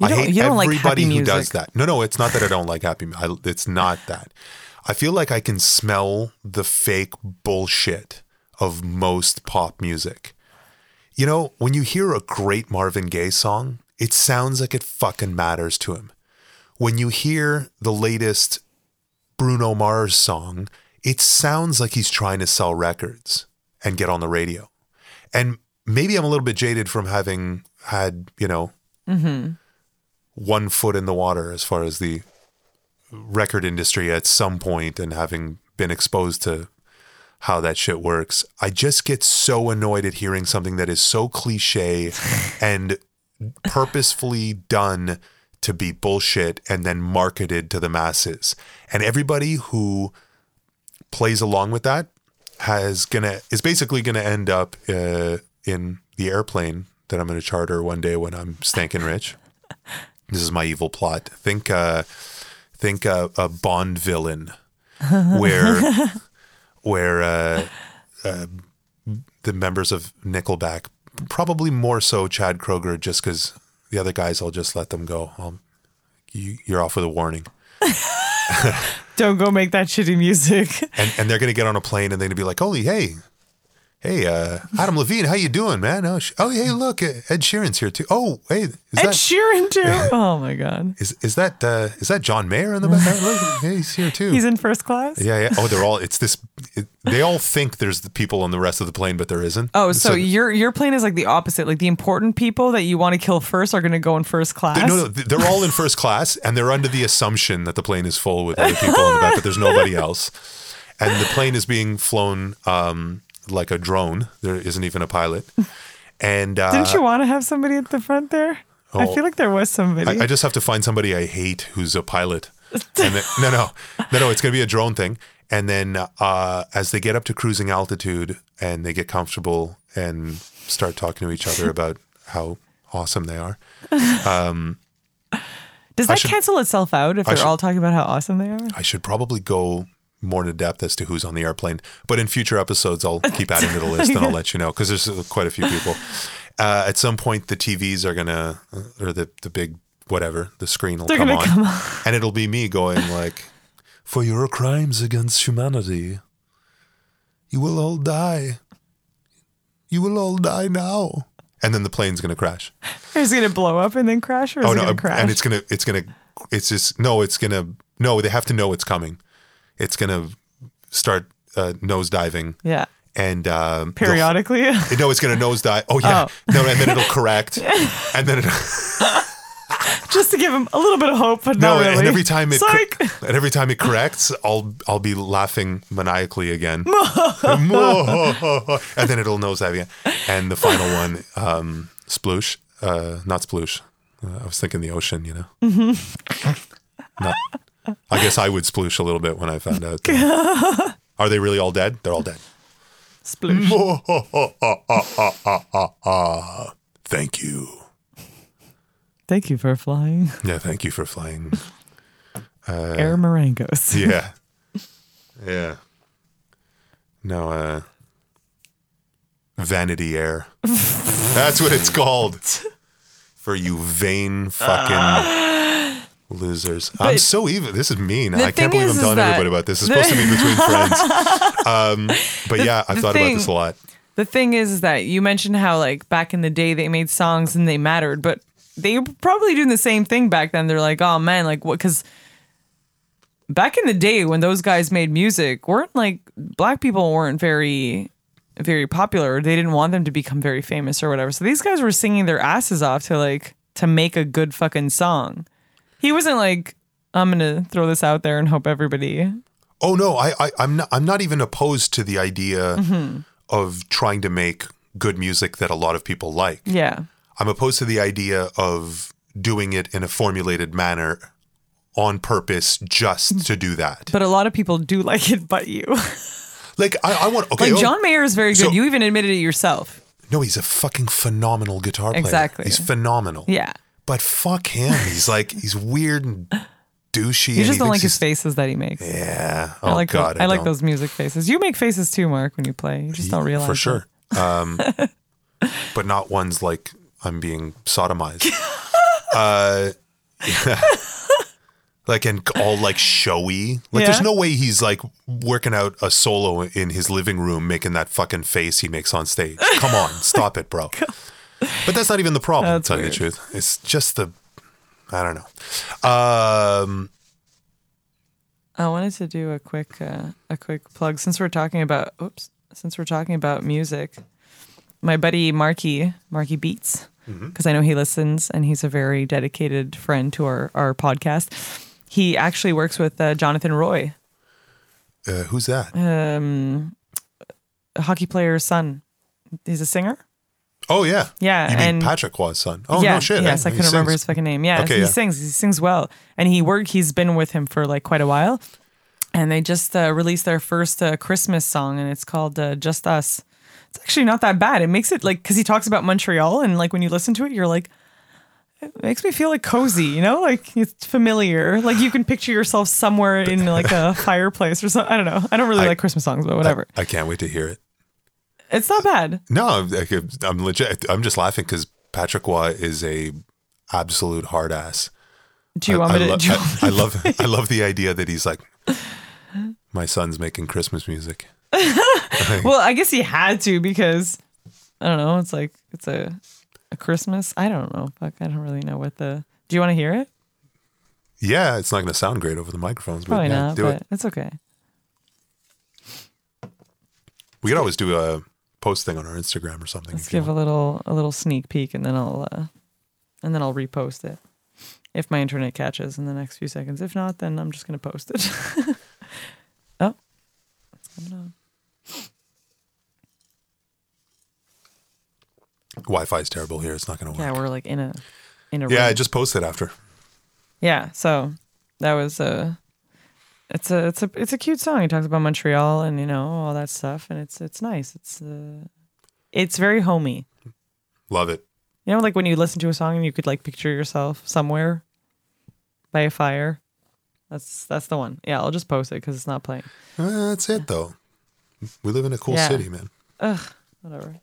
[SPEAKER 2] You
[SPEAKER 1] I
[SPEAKER 2] don't-
[SPEAKER 1] hate
[SPEAKER 2] you don't like
[SPEAKER 1] everybody
[SPEAKER 2] happy
[SPEAKER 1] who does
[SPEAKER 2] music.
[SPEAKER 1] that. No, no, it's not that I don't like happy. mu- I, it's not that. I feel like I can smell the fake bullshit of most pop music. You know, when you hear a great Marvin Gaye song, it sounds like it fucking matters to him. When you hear the latest Bruno Mars song, it sounds like he's trying to sell records and get on the radio. And maybe I'm a little bit jaded from having had, you know, one foot in the water as far as the record industry at some point and having been exposed to how that shit works. I just get so annoyed at hearing something that is so cliche and purposefully done to be bullshit and then marketed to the masses. And everybody who plays along with that has gonna is basically gonna end up uh, in the airplane that I'm gonna charter one day when I'm stankin' rich. (laughs) This is my evil plot. Think uh think uh, a Bond villain where where uh, uh, the members of Nickelback probably more so Chad Kroger just cuz the other guys I'll just let them go. Um, you, you're off with a warning.
[SPEAKER 2] Don't go make that shitty music.
[SPEAKER 1] and and they're gonna get on a plane and they're gonna be like, "Holy hey, hey, uh, Adam Levine, how you doing, man? Oh, sh- oh, hey, look, Ed Sheeran's here too. Oh, hey, is
[SPEAKER 2] (laughs) Ed
[SPEAKER 1] that is
[SPEAKER 2] Sheeran too. (laughs) Oh my god.
[SPEAKER 1] is that uh, is that John Mayer in the background? Look, hey, he's here too.
[SPEAKER 2] He's in first class.
[SPEAKER 1] yeah, yeah. Oh, they're all. It's this. It, they all think there's the people on the rest of the plane, but there isn't.
[SPEAKER 2] Oh, so, your your plane is like the opposite. Like the important people that you want to kill first are going to go in first class.
[SPEAKER 1] they- no, no, they're all in first class, and they're under the assumption that the plane is full with other people in the back, but there's nobody else. And the plane is being flown um, like a drone. There isn't even a pilot. And uh,
[SPEAKER 2] Didn't you want to have somebody at the front there? I
[SPEAKER 1] oh,
[SPEAKER 2] feel like there was somebody.
[SPEAKER 1] I, I just have to find somebody I hate who's a pilot. And then, no, no, no, no. It's gonna be a drone thing. And then uh, as they get up to cruising altitude and they get comfortable and start talking to each other about how awesome they are,
[SPEAKER 2] Does that
[SPEAKER 1] should-
[SPEAKER 2] cancel itself out if they're
[SPEAKER 1] should-
[SPEAKER 2] all talking about how awesome they are?
[SPEAKER 1] I should probably go more into depth as to who's on the airplane. But in future episodes, I'll keep adding to the list and I'll let you know because there's quite a few people. Uh, at some point, the TVs are gonna uh, or the the big whatever the screen will
[SPEAKER 2] They're
[SPEAKER 1] come
[SPEAKER 2] gonna
[SPEAKER 1] on,
[SPEAKER 2] come
[SPEAKER 1] and it'll be me going like, "For your crimes against humanity, you will all die. You will all die now." And then the plane's gonna crash.
[SPEAKER 2] Is it going to blow up and then crash, or is it going to crash?
[SPEAKER 1] Oh, uh, And it's gonna, it's gonna, it's just no, it's gonna, no. They have to know it's coming. It's gonna start uh, nose diving,
[SPEAKER 2] yeah,
[SPEAKER 1] and um, they'll-
[SPEAKER 2] periodically.
[SPEAKER 1] No, it's gonna nose dive. Oh yeah, no, and then it'll correct, and then it,
[SPEAKER 2] (laughs) Just to give them a little bit of hope, but
[SPEAKER 1] no,
[SPEAKER 2] not really.
[SPEAKER 1] and every time it, (laughs)
[SPEAKER 2] Psych!
[SPEAKER 1] cor- and every time it corrects, I'll I'll be laughing maniacally
[SPEAKER 2] (laughs)
[SPEAKER 1] again, (laughs)
[SPEAKER 2] (laughs)
[SPEAKER 1] and then it'll nose dive again, and the final one, um, sploosh, uh, not sploosh. Uh, I was thinking the ocean, you know.
[SPEAKER 2] Mm-hmm.
[SPEAKER 1] Not- I guess I would sploosh a little bit when I found out.
[SPEAKER 2] (laughs)
[SPEAKER 1] that- Are they really all dead? They're all dead.
[SPEAKER 2] Sploosh.
[SPEAKER 1] Thank you.
[SPEAKER 2] Thank you for flying
[SPEAKER 1] Yeah, thank you for flying. Uh,
[SPEAKER 2] Air (laughs) Marangos.
[SPEAKER 1] Yeah. Yeah. No, uh Vanity
[SPEAKER 2] (laughs)
[SPEAKER 1] Air. That's what it's called. For you vain fucking losers. I'm
[SPEAKER 2] Ah. But-
[SPEAKER 1] so even. This is mean.
[SPEAKER 2] The
[SPEAKER 1] I
[SPEAKER 2] thing
[SPEAKER 1] can't believe
[SPEAKER 2] is-
[SPEAKER 1] I'm
[SPEAKER 2] is
[SPEAKER 1] telling
[SPEAKER 2] that-
[SPEAKER 1] everybody about this. It's supposed to
[SPEAKER 2] (laughs)
[SPEAKER 1] be between friends. Um, but yeah, I've
[SPEAKER 2] the
[SPEAKER 1] thought about
[SPEAKER 2] thing-
[SPEAKER 1] this a lot.
[SPEAKER 2] The thing is, is that you mentioned how like back in the day they made songs and they mattered, but they were probably doing the same thing back then. They're like, oh man, like what? Because back in the day when those guys made music, weren't like black people weren't very, very popular. They didn't want them to become very famous or whatever. So these guys were singing their asses off to like to make a good fucking song. He wasn't like, I'm gonna throw this out there and hope everybody.
[SPEAKER 1] Oh no, I, I I'm not I'm not even opposed to the idea
[SPEAKER 2] Mm-hmm.
[SPEAKER 1] of trying to make good music that a lot of people like.
[SPEAKER 2] Yeah,
[SPEAKER 1] I'm opposed to the idea of doing it in a formulated manner on purpose just to do that.
[SPEAKER 2] but a lot of people do (laughs) like it, but you.
[SPEAKER 1] Like I, I want okay.
[SPEAKER 2] Like
[SPEAKER 1] oh,
[SPEAKER 2] John Mayer is very good.
[SPEAKER 1] So-
[SPEAKER 2] you even admitted it yourself.
[SPEAKER 1] no, he's a fucking phenomenal guitar player.
[SPEAKER 2] Exactly.
[SPEAKER 1] He's phenomenal.
[SPEAKER 2] Yeah.
[SPEAKER 1] But fuck him. He's like he's weird and douchey.
[SPEAKER 2] You
[SPEAKER 1] and
[SPEAKER 2] just
[SPEAKER 1] he
[SPEAKER 2] don't like
[SPEAKER 1] thinks
[SPEAKER 2] his faces that he makes.
[SPEAKER 1] he's- Yeah. Oh
[SPEAKER 2] I like
[SPEAKER 1] god.
[SPEAKER 2] those, I, like
[SPEAKER 1] don't.
[SPEAKER 2] those music faces. You make faces too, Mark, when you play. You just don't realize.
[SPEAKER 1] for
[SPEAKER 2] it.
[SPEAKER 1] sure.
[SPEAKER 2] (laughs)
[SPEAKER 1] Um, but not ones like I'm being
[SPEAKER 2] (laughs)
[SPEAKER 1] sodomized. uh, (laughs) like and all like showy. Like there's
[SPEAKER 2] Yeah.
[SPEAKER 1] no way he's like working out a solo in his living room making that fucking face he makes on
[SPEAKER 2] (laughs)
[SPEAKER 1] stage. Come on, stop it, bro. But that's not even the problem.
[SPEAKER 2] That's
[SPEAKER 1] to tell you the
[SPEAKER 2] weird.
[SPEAKER 1] truth, it's just the I don't know. Um,
[SPEAKER 2] I wanted to do a quick uh, a quick plug since we're talking about oops since we're talking about music. My buddy Marky Marky Beats
[SPEAKER 1] Mm-hmm.
[SPEAKER 2] because I know he listens and he's a very dedicated friend to our our podcast. He actually works with uh, Jonathan Roy,
[SPEAKER 1] uh, who's that?
[SPEAKER 2] a hockey player's son. He's a singer.
[SPEAKER 1] oh yeah,
[SPEAKER 2] yeah,
[SPEAKER 1] You mean
[SPEAKER 2] and-
[SPEAKER 1] Patrick was son? Oh
[SPEAKER 2] yeah,
[SPEAKER 1] no shit.
[SPEAKER 2] Yes, I
[SPEAKER 1] He
[SPEAKER 2] couldn't remember
[SPEAKER 1] sings.
[SPEAKER 2] his fucking name. Yeah,
[SPEAKER 1] Okay,
[SPEAKER 2] he
[SPEAKER 1] yeah.
[SPEAKER 2] sings. He sings well, and he work. He's been with him for like quite a while, and they just uh, released their first uh, Christmas song, and it's called uh, "Just Us." It's actually not that bad. It makes it like because he talks about Montreal, and like when you listen to it, you're like. It makes me feel like cozy, you know, like it's familiar. Like you can picture yourself somewhere in like a fireplace or something. I don't know. I don't really like Christmas songs, but whatever.
[SPEAKER 1] I can't wait to hear it.
[SPEAKER 2] it's not bad.
[SPEAKER 1] No, I'm- I'm legit. I'm just laughing because Patrick Waugh is a absolute hard ass.
[SPEAKER 2] Do you
[SPEAKER 1] I,
[SPEAKER 2] want me to?
[SPEAKER 1] lo-
[SPEAKER 2] do you want me
[SPEAKER 1] I, I love I love the idea that he's like, my son's making Christmas music.
[SPEAKER 2] Well, I guess he had to because I don't know. It's like it's a a Christmas. I don't know. Fuck, I don't really know what the. Do you want to hear it?
[SPEAKER 1] Yeah, it's not going to sound great over the microphones, but
[SPEAKER 2] Probably
[SPEAKER 1] yeah,
[SPEAKER 2] not,
[SPEAKER 1] do
[SPEAKER 2] but
[SPEAKER 1] it.
[SPEAKER 2] it's okay.
[SPEAKER 1] We could always do a post thing on our Instagram or something.
[SPEAKER 2] Let's
[SPEAKER 1] if you
[SPEAKER 2] give a
[SPEAKER 1] want.
[SPEAKER 2] little a little sneak peek, and then I'll uh, and then I'll repost it if my internet catches in the next few seconds. If not, then I'm just gonna post it. (laughs) oh, it's coming on.
[SPEAKER 1] Wi-Fi is terrible here; it's not going to
[SPEAKER 2] Yeah,
[SPEAKER 1] work.
[SPEAKER 2] we're like in a in a
[SPEAKER 1] Yeah,
[SPEAKER 2] room.
[SPEAKER 1] I just post it after.
[SPEAKER 2] yeah so that was a it's a it's a it's a cute song he talks about montreal and you know all that stuff and it's it's nice it's uh, it's very homey
[SPEAKER 1] Love it.
[SPEAKER 2] you know like when you listen to a song and you could like picture yourself somewhere by a fire that's that's the one yeah i'll just post it because it's not playing
[SPEAKER 1] Uh, that's it, though. We live in a cool
[SPEAKER 2] Yeah.
[SPEAKER 1] city, man.
[SPEAKER 2] whatever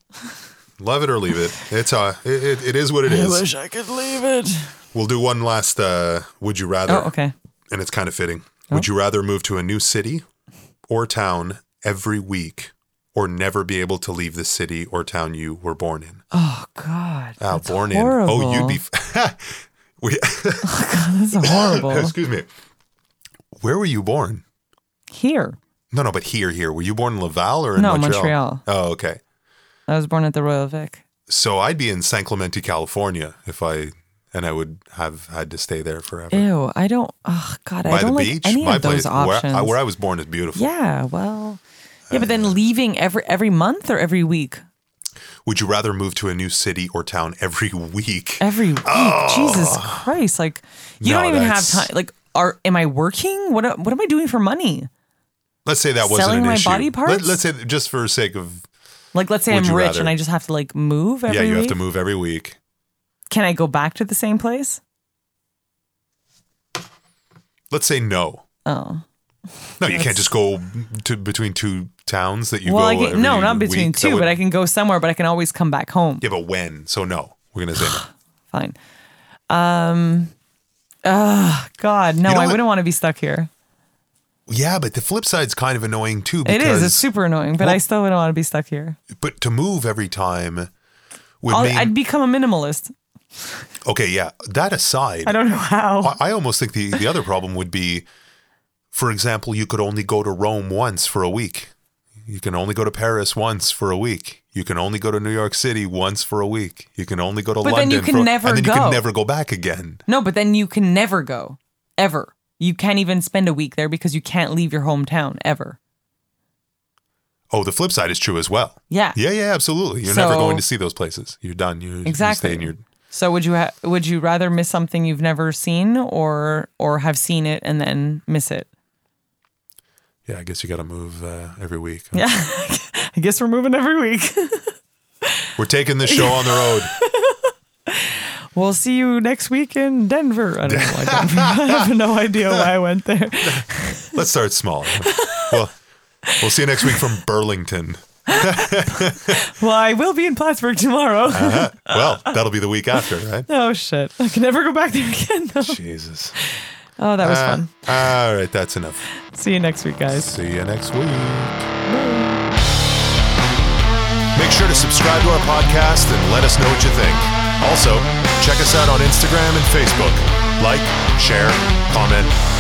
[SPEAKER 1] Love it or leave it. It's uh, it, it, it is what it is.
[SPEAKER 2] (laughs) i could leave it
[SPEAKER 1] We'll do one last. Uh, would you rather?
[SPEAKER 2] oh okay
[SPEAKER 1] and it's kind of fitting. Would you rather move to a new city or town every week or never be able to leave the city or town you were born in?
[SPEAKER 2] oh god
[SPEAKER 1] Ah,
[SPEAKER 2] that's
[SPEAKER 1] born
[SPEAKER 2] horrible.
[SPEAKER 1] in. Oh, you'd be. (laughs) we,
[SPEAKER 2] (laughs) that's horrible
[SPEAKER 1] (laughs) excuse me. Where were you born?
[SPEAKER 2] here
[SPEAKER 1] No, no, but here, here. Were you born in Laval or in
[SPEAKER 2] No,
[SPEAKER 1] Montreal?
[SPEAKER 2] Montreal.
[SPEAKER 1] Oh, okay.
[SPEAKER 2] i was born at the royal vic
[SPEAKER 1] So I'd be in San Clemente, California if I, and I would have had to stay there forever.
[SPEAKER 2] Ew, I don't. Oh God, I
[SPEAKER 1] By the
[SPEAKER 2] don't like
[SPEAKER 1] beach,
[SPEAKER 2] any
[SPEAKER 1] my
[SPEAKER 2] of those
[SPEAKER 1] place,
[SPEAKER 2] options.
[SPEAKER 1] Where, I, Uh. where I was born is beautiful.
[SPEAKER 2] yeah, well, yeah, but then leaving every every month or every week.
[SPEAKER 1] Would you rather move to a new city or town every (laughs) week?
[SPEAKER 2] every week. Jesus Christ! Like you
[SPEAKER 1] Oh. No,
[SPEAKER 2] don't even have
[SPEAKER 1] that's-
[SPEAKER 2] time. Like, are am I working? What what am I doing for money?
[SPEAKER 1] Let's say that wasn't
[SPEAKER 2] Selling
[SPEAKER 1] an
[SPEAKER 2] my
[SPEAKER 1] issue.
[SPEAKER 2] body parts?
[SPEAKER 1] Let, us say that just for sake of
[SPEAKER 2] Like, let's say
[SPEAKER 1] Would
[SPEAKER 2] I'm
[SPEAKER 1] you
[SPEAKER 2] rich
[SPEAKER 1] rather?
[SPEAKER 2] and I just have to like move every
[SPEAKER 1] yeah, you
[SPEAKER 2] week.
[SPEAKER 1] have to move every week.
[SPEAKER 2] Can I go back to the same place?
[SPEAKER 1] Let's say no.
[SPEAKER 2] Oh,
[SPEAKER 1] No, you can't just go to between two towns that you
[SPEAKER 2] well,
[SPEAKER 1] go.
[SPEAKER 2] I can, no,
[SPEAKER 1] every
[SPEAKER 2] not between
[SPEAKER 1] week. That
[SPEAKER 2] two,
[SPEAKER 1] would-
[SPEAKER 2] but I can go somewhere, but I can always come back home.
[SPEAKER 1] Yeah, but when? So no, we're gonna say no.
[SPEAKER 2] (sighs) Fine. Um. Ah, God, no,
[SPEAKER 1] You know
[SPEAKER 2] I
[SPEAKER 1] what?
[SPEAKER 2] wouldn't want to be stuck here.
[SPEAKER 1] Yeah, but the flip side's kind of annoying too.
[SPEAKER 2] It
[SPEAKER 1] Because,
[SPEAKER 2] is. It's super annoying, but I
[SPEAKER 1] Well-
[SPEAKER 2] still wouldn't want to be stuck here.
[SPEAKER 1] But to move every time would
[SPEAKER 2] I'll,
[SPEAKER 1] mean
[SPEAKER 2] I'd become a minimalist.
[SPEAKER 1] okay. Yeah, that aside,
[SPEAKER 2] I don't know how.
[SPEAKER 1] I, I almost think the the other problem would be, for example, you could only go to Rome once for a week. You can only go to Paris once for a week. You can only go to New York City once for a week. You can only go to
[SPEAKER 2] But then
[SPEAKER 1] London.
[SPEAKER 2] you can
[SPEAKER 1] for,
[SPEAKER 2] never
[SPEAKER 1] and then you
[SPEAKER 2] go.
[SPEAKER 1] can never go back again.
[SPEAKER 2] No, but then you can never go ever. You can't even spend a week there because you can't leave your hometown ever.
[SPEAKER 1] Oh, the flip side is true as well.
[SPEAKER 2] Yeah.
[SPEAKER 1] Yeah, yeah, absolutely. You're never
[SPEAKER 2] So-
[SPEAKER 1] going to see those places. You're done. You're
[SPEAKER 2] Exactly.
[SPEAKER 1] You stay in your,
[SPEAKER 2] So would you ha- would you rather miss something you've never seen or or have seen it and then miss it?
[SPEAKER 1] yeah, I guess you got to move uh, every week.
[SPEAKER 2] Yeah. I guess we're moving every week.
[SPEAKER 1] (laughs)
[SPEAKER 2] (laughs)
[SPEAKER 1] We're taking this show on the road.
[SPEAKER 2] we'll see you next week in Denver. I don't (laughs) know why Denver. I have no idea why I went there.
[SPEAKER 1] Let's start small. Well, we'll see you next week from Burlington.
[SPEAKER 2] Well, I will be in Plattsburgh tomorrow.
[SPEAKER 1] Uh-huh. Well, that'll be the week after, right?
[SPEAKER 2] (laughs) oh shit. I can never go back there again. though.
[SPEAKER 1] Jesus.
[SPEAKER 2] Oh, that was
[SPEAKER 1] Uh,
[SPEAKER 2] fun.
[SPEAKER 1] all right, that's enough.
[SPEAKER 2] See you next week, guys.
[SPEAKER 1] See you next week. Make sure to subscribe to our podcast and let us know what you think. Also, check us out on Instagram and Facebook. Like, share, comment,